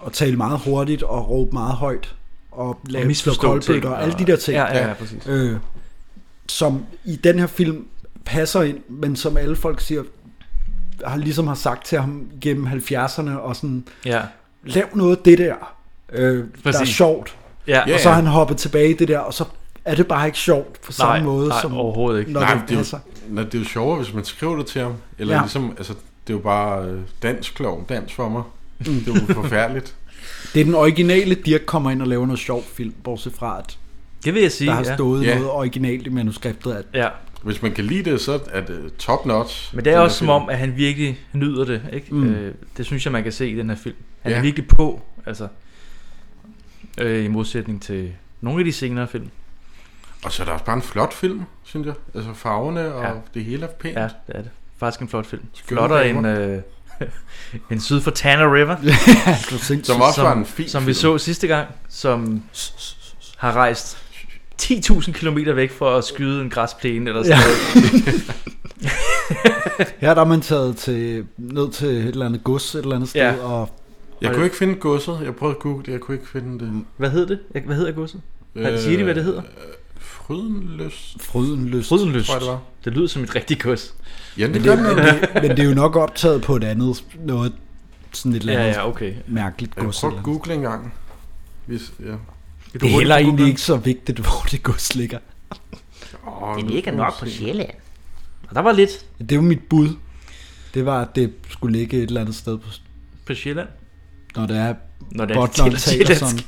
Speaker 4: Og tale meget hurtigt og råbe meget højt. Og lave
Speaker 2: misforstå ting,
Speaker 4: koldbøtter
Speaker 2: og-
Speaker 4: og alle de der ting.
Speaker 2: Ja, ja, ja, præcis.
Speaker 4: Øh, som i den her film passer ind, men som alle folk siger, har ligesom har sagt til ham gennem 70'erne og sådan,
Speaker 2: Ja.
Speaker 4: lav noget af det der, øh, der er
Speaker 2: Præcis.
Speaker 4: sjovt.
Speaker 2: Ja. Ja,
Speaker 4: Og så er
Speaker 2: ja.
Speaker 4: han hoppet tilbage i det der, og så er det bare ikke sjovt på samme
Speaker 3: Nej,
Speaker 4: måde,
Speaker 3: nej,
Speaker 4: som
Speaker 2: overhovedet
Speaker 4: når
Speaker 3: Nej,
Speaker 4: det
Speaker 3: det, er
Speaker 4: passer.
Speaker 3: jo,
Speaker 2: altså-
Speaker 3: nej, det er jo sjovere, hvis man skriver det til ham. Eller
Speaker 4: Ja.
Speaker 3: ja. ligesom, altså, det er jo bare øh, dans, klovn, dans for mig.
Speaker 2: Mm.
Speaker 3: Det er jo forfærdeligt.
Speaker 4: Det er den originale Dirk kommer ind og laver noget sjovt film, bortset fra at
Speaker 2: Det vil jeg sige,
Speaker 4: der har
Speaker 2: ja.
Speaker 4: stået
Speaker 2: Ja.
Speaker 4: noget originalt i manuskriptet. At,
Speaker 2: Ja.
Speaker 3: Hvis man kan lide det, så er det top notch.
Speaker 2: Men det er
Speaker 3: den her
Speaker 2: også som
Speaker 3: film.
Speaker 2: om, at han virkelig nyder det. Ikke? Mm.
Speaker 3: Mm.
Speaker 2: Øh, det synes jeg, man kan se i den her film. Han ja. er
Speaker 3: Ja.
Speaker 2: virkelig på, altså. Øh, I modsætning til nogle af de senere film.
Speaker 3: Og så er der også bare en flot film, synes jeg. Altså farverne og ja. det hele er pænt.
Speaker 2: Ja, det er det. Faktisk en flot film.
Speaker 3: Skønne
Speaker 2: Flottere end,
Speaker 3: damer.
Speaker 2: øh, end syd for Tanner River.
Speaker 3: Som også var en fin
Speaker 2: Som vi
Speaker 3: film.
Speaker 2: så sidste gang, som har rejst 10.000 km væk for at skyde en græsplæne eller sådan
Speaker 4: Ja.
Speaker 2: noget.
Speaker 4: her der er man taget til, ned til et eller andet gods et eller andet sted.
Speaker 2: Ja.
Speaker 4: Og,
Speaker 3: Jeg kunne ikke finde godset. Jeg prøvede at google det. Jeg kunne ikke finde det.
Speaker 2: Hvad hed det? Jeg- Hvad hedder godset? Øh, siger de, hvad det hedder?
Speaker 3: Frydenløst.
Speaker 4: Frydenløst.
Speaker 2: Frydenløst.
Speaker 3: Tror jeg, det var.
Speaker 2: Det lyder som et rigtigt gods.
Speaker 3: Ja, det
Speaker 4: Men
Speaker 2: Men
Speaker 4: det, er-
Speaker 2: det-
Speaker 4: men, det, men det er jo nok optaget på et andet, noget sådan et eller
Speaker 2: Ja,
Speaker 4: andet
Speaker 2: ja, okay.
Speaker 4: mærkeligt
Speaker 3: Jeg
Speaker 4: gods.
Speaker 3: prøvede
Speaker 4: Eller
Speaker 3: at
Speaker 4: andet.
Speaker 3: google en gang. Hvis, ja.
Speaker 4: Det er heller egentlig ikke så vigtigt, hvor det gods ligger.
Speaker 3: Oh,
Speaker 2: Det ligger nok på Sjælland. Og der var lidt
Speaker 4: Det var mit bud. Det var, at det skulle ligge et eller andet sted, på,
Speaker 2: på Sjælland.
Speaker 4: når det er
Speaker 2: Når det er
Speaker 4: Botnum
Speaker 2: til-
Speaker 4: taler
Speaker 2: sjællandsk.
Speaker 4: sådan.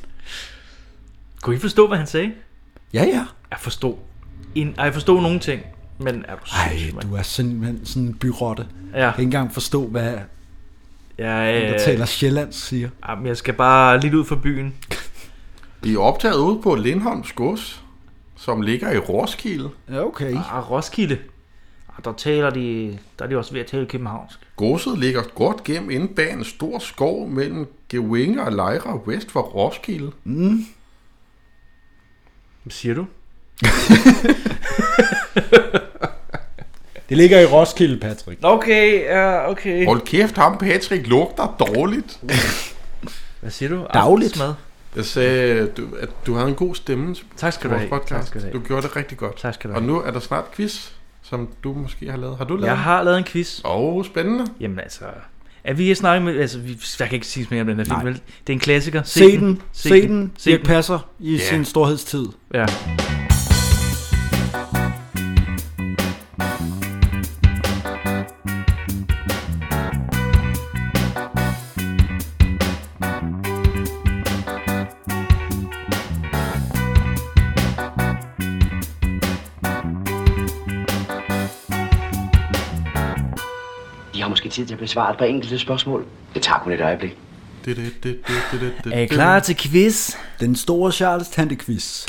Speaker 2: Kunne I forstå, hvad han sagde?
Speaker 4: Ja, ja.
Speaker 2: Jeg forstod, en, ej, jeg forstod nogle ting, men er du sindssyg, mand?
Speaker 4: Du er simpelthen sådan en byrotte.
Speaker 2: Ja.
Speaker 4: Jeg kan ikke engang forstå, hvad
Speaker 2: Jeg,
Speaker 4: han, der taler Sjælland siger.
Speaker 2: Jamen, jeg skal bare lidt ud for byen.
Speaker 3: De er optaget ude på Lindholms Gods, som ligger i Roskilde.
Speaker 4: Ja, okay.
Speaker 2: Ah, Roskilde. Ah, der taler de, der er de også ved at tale københavnsk.
Speaker 3: Godset ligger godt gennem inde bag en stor skov mellem Gevinge og Lejre vest for Roskilde.
Speaker 4: Mm.
Speaker 2: Hvad siger du?
Speaker 4: Det ligger i Roskilde, Patrick.
Speaker 2: Okay, ja, okay.
Speaker 3: Hold kæft, ham Patrick lugter dårligt.
Speaker 2: Hvad siger du?
Speaker 3: Dagligt.
Speaker 2: Aftensmad?
Speaker 3: Jeg sagde, du, at du havde en god stemme til
Speaker 2: Tak skal du
Speaker 3: vores
Speaker 2: have.
Speaker 3: podcast.
Speaker 2: Tak skal du have.
Speaker 3: Du gjorde det rigtig godt.
Speaker 2: Tak skal du
Speaker 3: Og
Speaker 2: have.
Speaker 3: nu er der snart quiz, som du måske har lavet. Har du lavet
Speaker 2: Jeg
Speaker 3: den?
Speaker 2: har lavet en quiz.
Speaker 3: Åh, oh, spændende.
Speaker 2: Jamen altså, er vi snakke med, altså, vi, jeg kan ikke sige mere om den her film,
Speaker 4: Nej.
Speaker 2: vel? Det er en klassiker.
Speaker 4: Se den. Se den. Dirk Passer i
Speaker 2: Ja.
Speaker 4: sin storhedstid.
Speaker 2: Ja.
Speaker 13: De har måske tid til at besvare et par enkelte spørgsmål. Det tager kun et øjeblik.
Speaker 2: Er I klar til quiz?
Speaker 4: Den store Charles Tante quiz.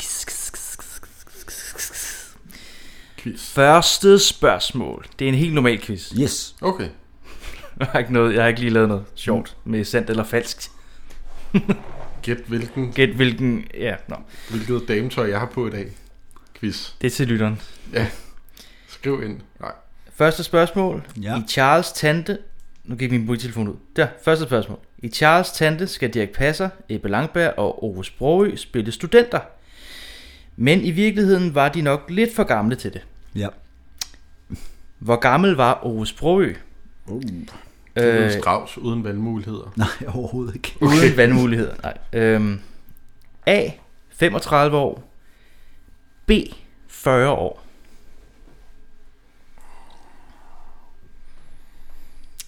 Speaker 2: quiz. Første spørgsmål. Det er en helt normal quiz.
Speaker 4: Yes.
Speaker 3: Okay.
Speaker 2: Jeg har ikke, noget, jeg har ikke lige lavet noget sjovt med sandt eller falsk.
Speaker 3: Gæt hvilken...
Speaker 2: Gæt hvilken... Ja, nå.
Speaker 3: Hvilket dametøj jeg har på i dag. Quiz.
Speaker 2: Det er til lytteren.
Speaker 3: Ja. Skriv ind. Nej.
Speaker 2: Første spørgsmål.
Speaker 4: Ja.
Speaker 2: I Charles Tante... Nu gik min mobiltelefon ud. Der, første spørgsmål. I Charles Tante skal Dirk Passer, Ebbe Langberg og Ove Sprogø spille studenter. Men i virkeligheden var de nok lidt for gamle til det.
Speaker 4: Ja.
Speaker 2: Hvor gammel var Ove Sprogø?
Speaker 4: Uh.
Speaker 3: Det er Strauss uden valgmuligheder.
Speaker 4: Nej, overhovedet ikke.
Speaker 2: Okay. Uden vandmuligheder, nej. Øhm, A, 35 år. B, 40 år.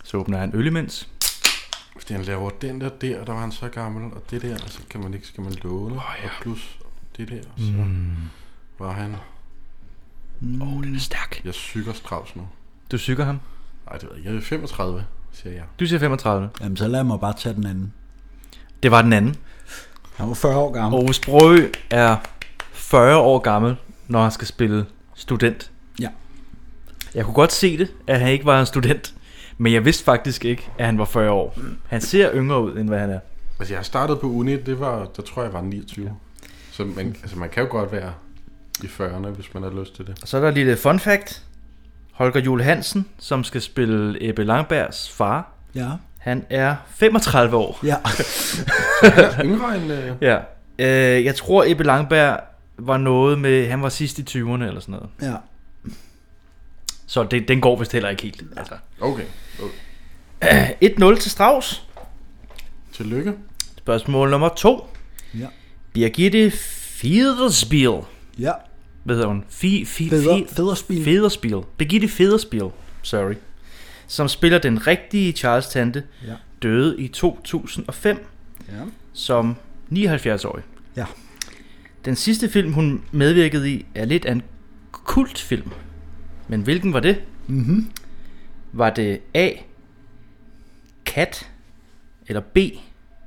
Speaker 2: Så åbner jeg en øl imens.
Speaker 3: Hvis han laver den der der, der var han så gammel, og det der, så kan man ikke, skal man låne. Oh, ja. Og plus det der, så
Speaker 2: Mm.
Speaker 3: mm. var han...
Speaker 2: Åh, oh, den er stærk.
Speaker 3: Jeg syger Strauss nu.
Speaker 2: Du syger ham?
Speaker 3: Nej, det ved jeg ikke. Jeg er 35, siger jeg.
Speaker 2: Du siger 35.
Speaker 4: Jamen, så lad mig bare tage den anden.
Speaker 2: Det var den anden.
Speaker 4: Han var 40 år gammel.
Speaker 2: Aarhus Brøø er 40 år gammel, når han skal spille student.
Speaker 4: Ja.
Speaker 2: Jeg kunne godt se det, at han ikke var en student. Men jeg vidste faktisk ikke, at han var 40 år. Han ser yngre ud, end hvad han er.
Speaker 3: Altså, jeg startede på uni, det var, der tror jeg var 29. Ja. Så man, altså, man kan jo godt være i 40'erne, hvis man har lyst til det.
Speaker 2: Og så er der et lille fun fact. Holger Jule Hansen, som skal spille Ebbe Langbergs far.
Speaker 4: Ja.
Speaker 2: Han er 35 år.
Speaker 4: Ja.
Speaker 3: Yngre end... Øh...
Speaker 2: ja. Øh, jeg tror, Ebbe Langberg var noget med... Han var sidst i 20'erne eller sådan noget.
Speaker 4: Ja.
Speaker 2: Så det, den går vist heller ikke helt. Altså.
Speaker 3: Okay. okay.
Speaker 2: 1-0 til Strauss.
Speaker 3: Tillykke.
Speaker 2: Spørgsmål nummer 2.
Speaker 4: Ja.
Speaker 2: Birgitte Federspiel.
Speaker 4: Ja.
Speaker 2: Hvad hedder hun? Fi, fi,
Speaker 4: Feder-
Speaker 2: fi,
Speaker 4: Federspiel.
Speaker 2: Federspiel. Birgitte Federspiel. Sorry. Som spiller den rigtige Charles Tante.
Speaker 4: Ja.
Speaker 2: Døde i 2005
Speaker 4: Ja.
Speaker 2: som 79-årig.
Speaker 4: Ja.
Speaker 2: Den sidste film, hun medvirkede i, er lidt af en kultfilm. Men hvilken var det?
Speaker 4: Mhm.
Speaker 2: Var det A. Kat? Eller B.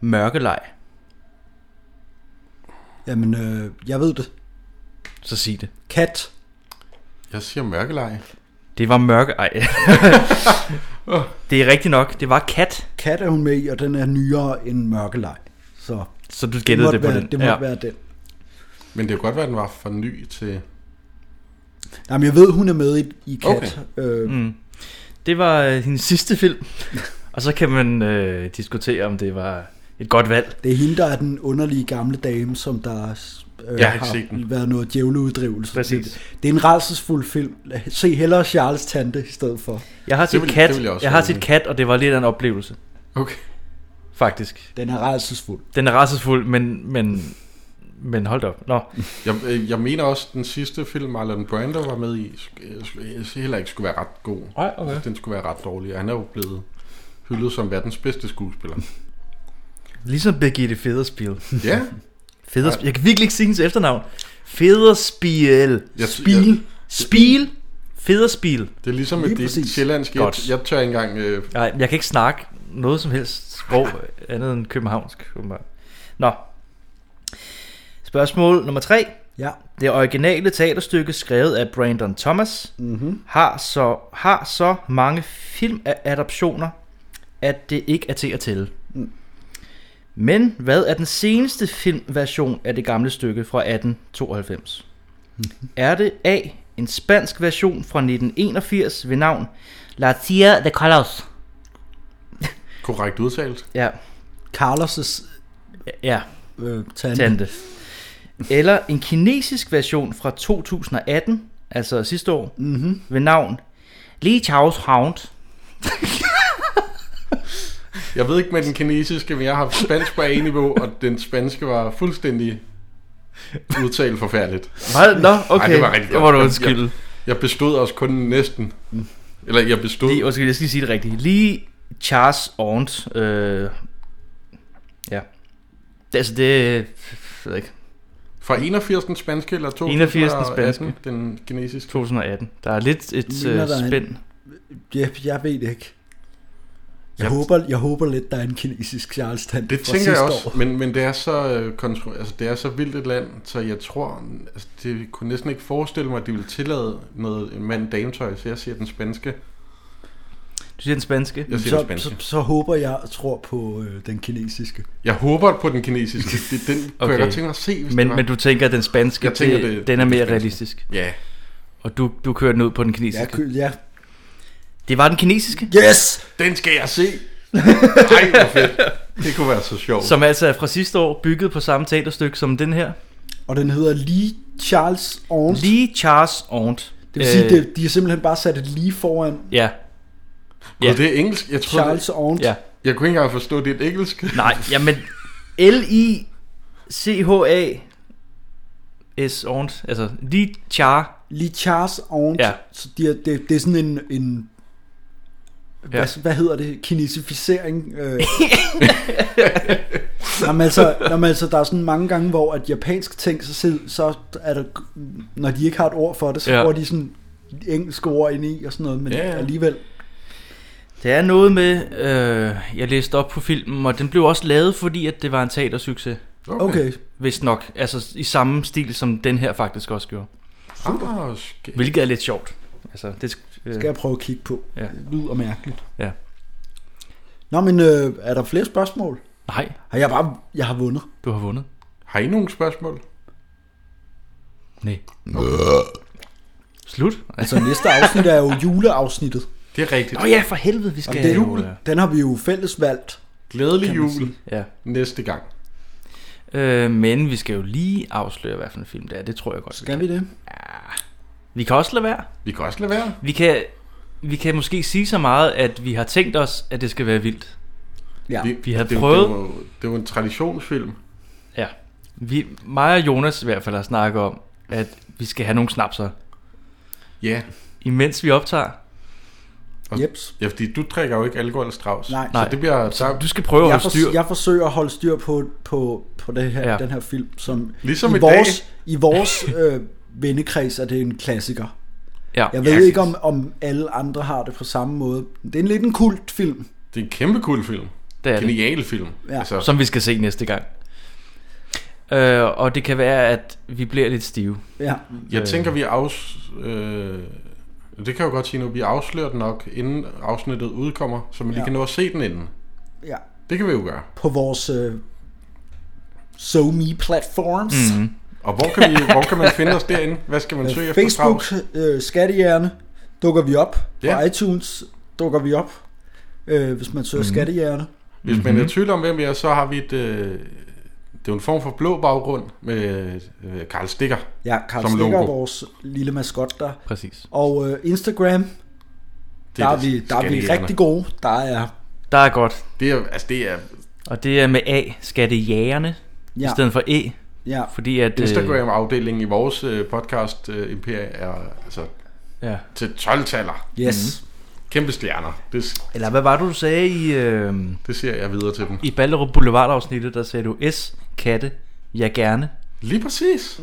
Speaker 2: Mørkelej?
Speaker 4: Jamen, øh, jeg ved det.
Speaker 2: Så sig det.
Speaker 4: Kat.
Speaker 3: Jeg siger mørkeleje.
Speaker 2: Det var mørke... Ej. det er rigtigt nok. Det var kat.
Speaker 4: Kat er hun med i, og den er nyere end Mørkelej. Så,
Speaker 2: Så du
Speaker 4: det
Speaker 2: gættede
Speaker 4: måtte
Speaker 2: det på
Speaker 4: være,
Speaker 2: den.
Speaker 4: Det måtte
Speaker 2: Ja.
Speaker 4: være den.
Speaker 3: Men det kan godt være, at den var for ny til...
Speaker 4: Jamen, jeg ved, hun er med i, i Kat.
Speaker 3: Okay.
Speaker 4: Øh,
Speaker 2: Mm. Det var øh, hendes sidste film. Og så kan man øh, diskutere, om det var et godt valg.
Speaker 4: Det er hende, der er den underlige gamle dame, som der øh,
Speaker 2: Jeg har ikke
Speaker 4: har
Speaker 2: set den.
Speaker 4: været noget djævleuddrivelse.
Speaker 2: Præcis.
Speaker 4: Det, det er en rædselsfuld film. Se hellere Charles Tante i stedet for.
Speaker 2: Jeg har
Speaker 4: Det
Speaker 2: set
Speaker 4: vil-
Speaker 2: kat,
Speaker 4: det vil
Speaker 2: jeg,
Speaker 4: jeg også
Speaker 2: jeg har
Speaker 4: være
Speaker 2: set
Speaker 4: med.
Speaker 2: kat, og det var lidt af en oplevelse.
Speaker 3: Okay.
Speaker 2: Faktisk.
Speaker 4: Den er rædselsfuld.
Speaker 2: Den er racesfuld, men, men, men hold da op. Nå.
Speaker 3: Jeg, øh, jeg mener også, at den sidste film, Marlon Brando var med i, sk- øh, sk- øh, heller ikke skulle være ret god.
Speaker 2: Nej, okay.
Speaker 3: Den skulle være ret dårlig, og han er jo blevet hyldet som verdens bedste skuespiller.
Speaker 2: Ligesom Birgitte Federspil.
Speaker 3: Ja.
Speaker 2: Federspil. Jeg kan virkelig ikke sige hendes efternavn. Federspil.
Speaker 3: Jeg-
Speaker 2: Spil. Spil. Federspil.
Speaker 3: Det er ligesom
Speaker 2: Lige
Speaker 3: et det
Speaker 2: præcis.
Speaker 3: sjællandske. Jeg,
Speaker 2: Godt.
Speaker 3: jeg tør ikke engang... Øh,
Speaker 2: Nej, jeg kan ikke snakke noget som helst sprog andet end københavnsk. åbenbart. Nå. Spørgsmål nummer tre.
Speaker 4: Ja.
Speaker 2: Det originale teaterstykke skrevet af Brandon Thomas
Speaker 4: Mhm.
Speaker 2: har, så, har så mange filmadaptioner, at det ikke er til at tælle.
Speaker 4: Mm.
Speaker 2: Men hvad er den seneste filmversion af det gamle stykke fra 1892?
Speaker 4: Mhm.
Speaker 2: Er det A. En spansk version fra 1981 ved navn La Tia de Carlos?
Speaker 3: korrekt udtalt.
Speaker 2: Ja.
Speaker 4: Carlos'
Speaker 2: ja.
Speaker 4: Øh, tante.
Speaker 2: tante. Eller en kinesisk version fra 2018, altså sidste år,
Speaker 4: Mhm.
Speaker 2: ved navn Li Chao's Hound.
Speaker 3: Jeg ved ikke med den kinesiske, men jeg har haft spansk på A-niveau, og den spanske var fuldstændig udtalt forfærdeligt.
Speaker 2: Meget- nå, okay.
Speaker 3: Ej, det var rigtig
Speaker 2: Det
Speaker 3: godt.
Speaker 2: må du
Speaker 3: Jeg-
Speaker 2: undskylde.
Speaker 3: Jeg, jeg bestod også kun næsten. Eller jeg bestod...
Speaker 2: Lige, undskyld, jeg skal lige sige det rigtigt. Lige Charles Aunt. Øh, ja. Det, altså, det... Jeg ved ikke.
Speaker 3: Fra 81 den spanske, eller
Speaker 2: 81 den
Speaker 3: 2018
Speaker 2: spanske.
Speaker 3: den kinesiske?
Speaker 2: 2018. Der er lidt et
Speaker 4: Mener
Speaker 2: øh,
Speaker 4: der er en-
Speaker 2: spænd.
Speaker 4: Ja, jeg ved det ikke. Jeg, håber, jeg håber lidt, der er en kinesisk Charles Tante
Speaker 3: Det
Speaker 4: fra
Speaker 3: tænker jeg
Speaker 4: sidste
Speaker 3: også,
Speaker 4: år.
Speaker 3: men, men det, er så, øh, kontro, altså, det er så vildt et land, så jeg tror, altså, det kunne næsten ikke forestille mig, at de ville tillade noget mand dametøj, så jeg siger den spanske.
Speaker 2: Du siger den spanske?
Speaker 3: Jeg siger den
Speaker 4: Så,
Speaker 3: spanske.
Speaker 4: så, så håber jeg og tror på øh, den kinesiske.
Speaker 3: Jeg håber på den kinesiske. Det, den okay. kunne jeg godt tænke mig at se, hvis
Speaker 2: men,
Speaker 3: det var.
Speaker 2: men du tænker, at den spanske,
Speaker 3: Jeg tænker,
Speaker 2: det,
Speaker 3: det-
Speaker 2: den er
Speaker 3: det
Speaker 2: mere
Speaker 3: spanske.
Speaker 2: realistisk?
Speaker 3: Ja.
Speaker 2: Og du, du kører den ud på den
Speaker 4: Jeg,
Speaker 2: kinesiske?
Speaker 4: kø- ja,
Speaker 2: Det var den kinesiske?
Speaker 4: Yes!
Speaker 3: Den skal jeg se! Ej, hvor fedt. Det kunne være så sjovt.
Speaker 2: Som altså er fra sidste år, bygget på samme teaterstykke som den her.
Speaker 4: og den hedder lige Charles Orange.
Speaker 2: Lige Charles Aunt.
Speaker 4: Det vil
Speaker 3: øh,
Speaker 4: sige, det, de har simpelthen bare sat et lige foran.
Speaker 2: Ja.
Speaker 3: Ja. Og det er engelsk. Jeg tror,
Speaker 4: Charles Aunt.
Speaker 2: Ja.
Speaker 3: Jeg kunne ikke engang forstå dit engelsk.
Speaker 2: Nej, jamen L-I-C-H-A S Aunt, altså lige Char.
Speaker 4: Lige Charles Orange.
Speaker 2: Ja.
Speaker 4: Så de har, det, det er sådan en... en
Speaker 2: Ja.
Speaker 4: ja. hvad, hvad hedder det? Kinesificering. Øh. Jamen altså, jamen altså, der er sådan mange gange, hvor at japansk ting, så, sid- så er der, når de ikke har et ord for det, så
Speaker 2: Ja.
Speaker 4: ja. bruger de sådan engelske ord ind i og sådan noget, men
Speaker 2: Ja,
Speaker 4: ja,
Speaker 2: ja.
Speaker 4: ja. alligevel.
Speaker 2: Det er noget med, øh, jeg læste op på filmen, og den blev også lavet, fordi at det var en teatersucces.
Speaker 4: Okay. Okay.
Speaker 2: Hvis nok, altså i samme stil, som den her faktisk også gjorde.
Speaker 3: Ah, skægt.
Speaker 2: Hvilket er lidt sjovt. Altså, det sk- øh,
Speaker 4: Skal jeg prøve at kigge på.
Speaker 2: Ja.
Speaker 4: Det lyder mærkeligt.
Speaker 2: Ja.
Speaker 4: Nå, men øh, er der flere spørgsmål?
Speaker 2: Nej.
Speaker 4: Har jeg bare, jeg har vundet.
Speaker 2: Du har vundet.
Speaker 3: Har I nogle spørgsmål?
Speaker 2: Nej. Slut.
Speaker 4: Altså næste afsnit er jo juleafsnittet.
Speaker 3: Det er rigtigt.
Speaker 2: Nå ja, for helvede, vi
Speaker 4: Og
Speaker 2: skal... øh,
Speaker 4: det er jul. Den har vi jo fælles valgt.
Speaker 3: Glædelig
Speaker 4: kan man
Speaker 3: jul
Speaker 2: ja.
Speaker 3: næste gang.
Speaker 2: Øh, men vi skal jo lige afsløre, hvad for en film det er. Det tror jeg godt,
Speaker 4: Skal vi det?
Speaker 2: Vi kan også lade være.
Speaker 3: Vi kan også lade være.
Speaker 2: Vi kan, vi kan måske sige så meget, at vi har tænkt os, at det skal være vildt.
Speaker 4: Ja.
Speaker 3: Vi,
Speaker 2: Vi har
Speaker 3: det,
Speaker 2: prøvet-
Speaker 3: Det var, jo- det var en traditionsfilm.
Speaker 2: Ja. Vi, mig og Jonas i hvert fald har snakket om, at vi skal have nogle snapser,
Speaker 3: Ja.
Speaker 2: imens vi optager.
Speaker 3: Og,
Speaker 4: Jeps.
Speaker 3: Ja, fordi du drikker jo ikke alkohol straus.
Speaker 4: Nej.
Speaker 2: Nej.
Speaker 3: Så det bliver...
Speaker 2: Så du skal prøve at
Speaker 4: jeg,
Speaker 2: holde styr.
Speaker 4: for, jeg forsøger at holde styr på, på, på det her,
Speaker 2: Ja.
Speaker 4: ja. den her film, som
Speaker 3: Ligesom
Speaker 4: i
Speaker 3: i dag.
Speaker 4: vores, i vores øh, vennekreds er det en klassiker.
Speaker 2: Ja.
Speaker 4: Jeg ved
Speaker 3: Ja,
Speaker 4: ikke, om, om alle andre har det på samme måde. Det er en lidt en kult film.
Speaker 3: Det er en kæmpe cool film.
Speaker 2: Det er det.
Speaker 3: Genial film. Altså,
Speaker 4: Ja.
Speaker 2: Som vi skal se næste gang. Øh, og det kan være, at vi bliver lidt stive.
Speaker 4: Ja.
Speaker 3: Jeg tænker, vi afs... Øh, det kan jeg jo godt sige nu. Vi afslører den nok, inden afsnittet udkommer, så man lige
Speaker 4: Ja.
Speaker 3: kan nå at se den inden.
Speaker 4: ja.
Speaker 3: Det kan vi jo gøre.
Speaker 4: På vores øh, SoMe-platforms. Mm-hmm.
Speaker 3: Og hvor kan, vi, hvor kan man finde os derinde? Hvad skal man søge Mhm. efter
Speaker 4: Øh, Facebook,
Speaker 3: Strauss?
Speaker 4: øh, Skattehjerne, dukker vi op.
Speaker 3: Ja.
Speaker 4: Ja. På iTunes dukker vi op, øh, hvis man søger
Speaker 3: Mhm.
Speaker 4: mm-hmm. Skattehjerne.
Speaker 3: Hvis man er
Speaker 2: Mhm.
Speaker 3: i tvivl om, hvem vi er, så har vi et... Øh, det er jo en form for blå baggrund med øh, Karl Stikker
Speaker 4: Ja, Karl
Speaker 3: som
Speaker 4: Stikker,
Speaker 3: logo.
Speaker 4: vores lille maskot der.
Speaker 2: Præcis.
Speaker 4: Og øh, Instagram,
Speaker 3: Det
Speaker 4: der er,
Speaker 3: det
Speaker 4: vi, der er vi
Speaker 3: skattejægerne.
Speaker 4: rigtig gode. Der er,
Speaker 2: Der er godt.
Speaker 3: Det er, altså, det er
Speaker 2: Og det er med A, skattejægerne, ja.
Speaker 4: Ja.
Speaker 2: i stedet for E.
Speaker 4: ja,
Speaker 2: Fordi at... øh,
Speaker 3: Instagram-afdelingen i vores øh, podcast øh, Imperia er altså
Speaker 2: Øh, ja.
Speaker 3: til 12-taller.
Speaker 4: yes. Mm.
Speaker 3: Kæmpe stjerner. Det,
Speaker 2: Eller hvad var det, du sagde i... Øh,
Speaker 3: det ser jeg videre til dem.
Speaker 2: I Ballerup Boulevard-afsnittet, der sagde du S, katte, ja gerne.
Speaker 3: Lige præcis.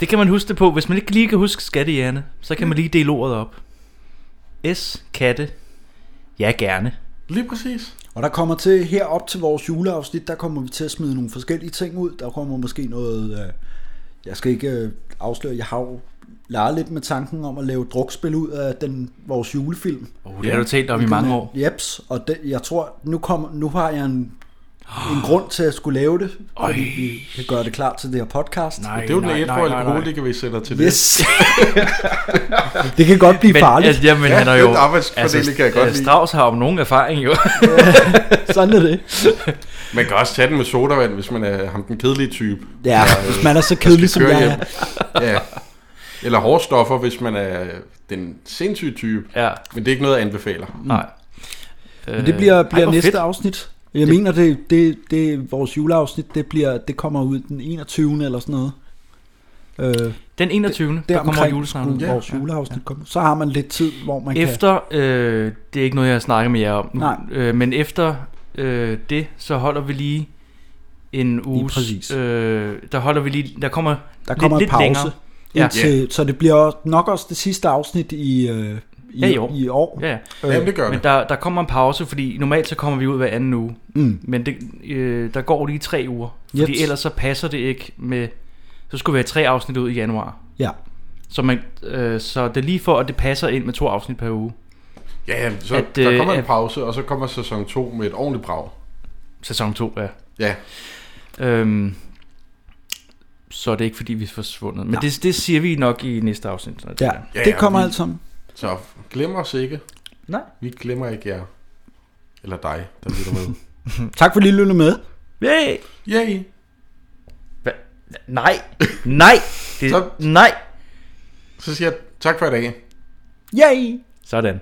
Speaker 2: Det kan man huske det på. Hvis man ikke lige kan huske skattejerne, så kan man lige dele ordet op. S, katte, ja gerne.
Speaker 3: Lige præcis.
Speaker 4: Og der kommer til, her op til vores juleafsnit, der kommer vi til at smide nogle forskellige ting ud. Der kommer måske noget, øh, jeg skal ikke øh, afsløre, jeg har jo leget lidt med tanken om at lave et drukspil ud af den, vores julefilm.
Speaker 2: Oh, det har du talt om i mange år.
Speaker 4: Jeps, og det, jeg tror, nu, kommer, nu har jeg en, en grund til at skulle lave det, fordi vi kan gøre det klar til det her podcast.
Speaker 2: Nej,
Speaker 3: Det er jo den
Speaker 2: nej,
Speaker 3: ædru
Speaker 2: nej, nej, nej.
Speaker 3: alkoholiker, vi sætter til det.
Speaker 4: Yes. det kan godt blive
Speaker 2: Men,
Speaker 4: farligt.
Speaker 2: altså, jamen,
Speaker 3: Ja,
Speaker 2: han er
Speaker 3: den
Speaker 2: jo... altså, øh,
Speaker 3: arbejdsfordeling kan jeg godt lide.
Speaker 2: Strauss har om nogen erfaring jo.
Speaker 4: Sådan er det.
Speaker 3: Man kan også tage den med sodavand, hvis man er ham den kedelige type.
Speaker 4: Ja,
Speaker 2: øh,
Speaker 4: hvis man er så kedelig, som
Speaker 3: Kør
Speaker 4: jeg
Speaker 3: hjem.
Speaker 4: er.
Speaker 3: Ja. Eller hårde stoffer, hvis man er den sindssyge type.
Speaker 2: ja,
Speaker 3: Men det er ikke noget, jeg anbefaler.
Speaker 2: nej.
Speaker 4: Men det bliver,
Speaker 2: Øh,
Speaker 4: bliver
Speaker 2: ej, hvor
Speaker 4: næste
Speaker 2: fedt.
Speaker 4: afsnit. Jeg mener, det, det, det, vores juleafsnit, det, bliver, det kommer ud den 21. eller sådan noget. Øh,
Speaker 2: Den 21. Det, der
Speaker 4: der
Speaker 2: kommer
Speaker 4: omkring
Speaker 2: julesnavnet.
Speaker 4: skulle vores juleafsnit kommer. Så har man lidt tid, hvor man kan...
Speaker 2: Efter, øh, det er ikke noget, jeg har snakket med jer om nu,
Speaker 4: Nej.
Speaker 2: øh, men efter øh, det, så holder vi lige en uge.
Speaker 4: præcis.
Speaker 2: Øh, der holder vi lige, der kommer,
Speaker 4: Der kommer
Speaker 2: lidt,
Speaker 4: en pause.
Speaker 2: lidt længere. Ja.
Speaker 4: Indtil, Så det bliver nok også det sidste afsnit i, øh, i,
Speaker 2: ja, i år.
Speaker 4: I år.
Speaker 2: Ja, ja.
Speaker 4: Øh,
Speaker 2: Men der, der kommer en pause, fordi normalt så kommer vi ud hver anden uge.
Speaker 4: Mm.
Speaker 2: Men det, øh, der går lige tre uger. Fordi
Speaker 4: Jeps.
Speaker 2: ellers så passer det ikke med... Så skulle vi have tre afsnit ud i januar.
Speaker 4: Ja.
Speaker 2: Så, man, øh, så det er lige for, at det passer ind med to afsnit per uge.
Speaker 3: Ja, ja, så at,
Speaker 2: øh,
Speaker 3: der kommer en
Speaker 2: at-
Speaker 3: pause, og så kommer sæson 2 med et ordentligt brag.
Speaker 2: Sæson 2, ja.
Speaker 3: Ja.
Speaker 2: Øhm, så er det ikke fordi, vi er forsvundet. Men
Speaker 3: Nej.
Speaker 2: det, det siger vi nok i næste afsnit. når
Speaker 4: Ja,
Speaker 2: er.
Speaker 4: Ja, det ja, kommer vi- alt sammen.
Speaker 3: Så glem os ikke.
Speaker 2: Nej.
Speaker 3: Vi glemmer ikke jer. Eller dig, der lytter med.
Speaker 4: Tak for lige lytte med.
Speaker 2: Yay!
Speaker 3: Yay!
Speaker 2: Hva? Nej! Nej! Det,
Speaker 3: så,
Speaker 2: nej!
Speaker 3: Så siger jeg tak for i dag.
Speaker 4: Yay!
Speaker 2: Sådan.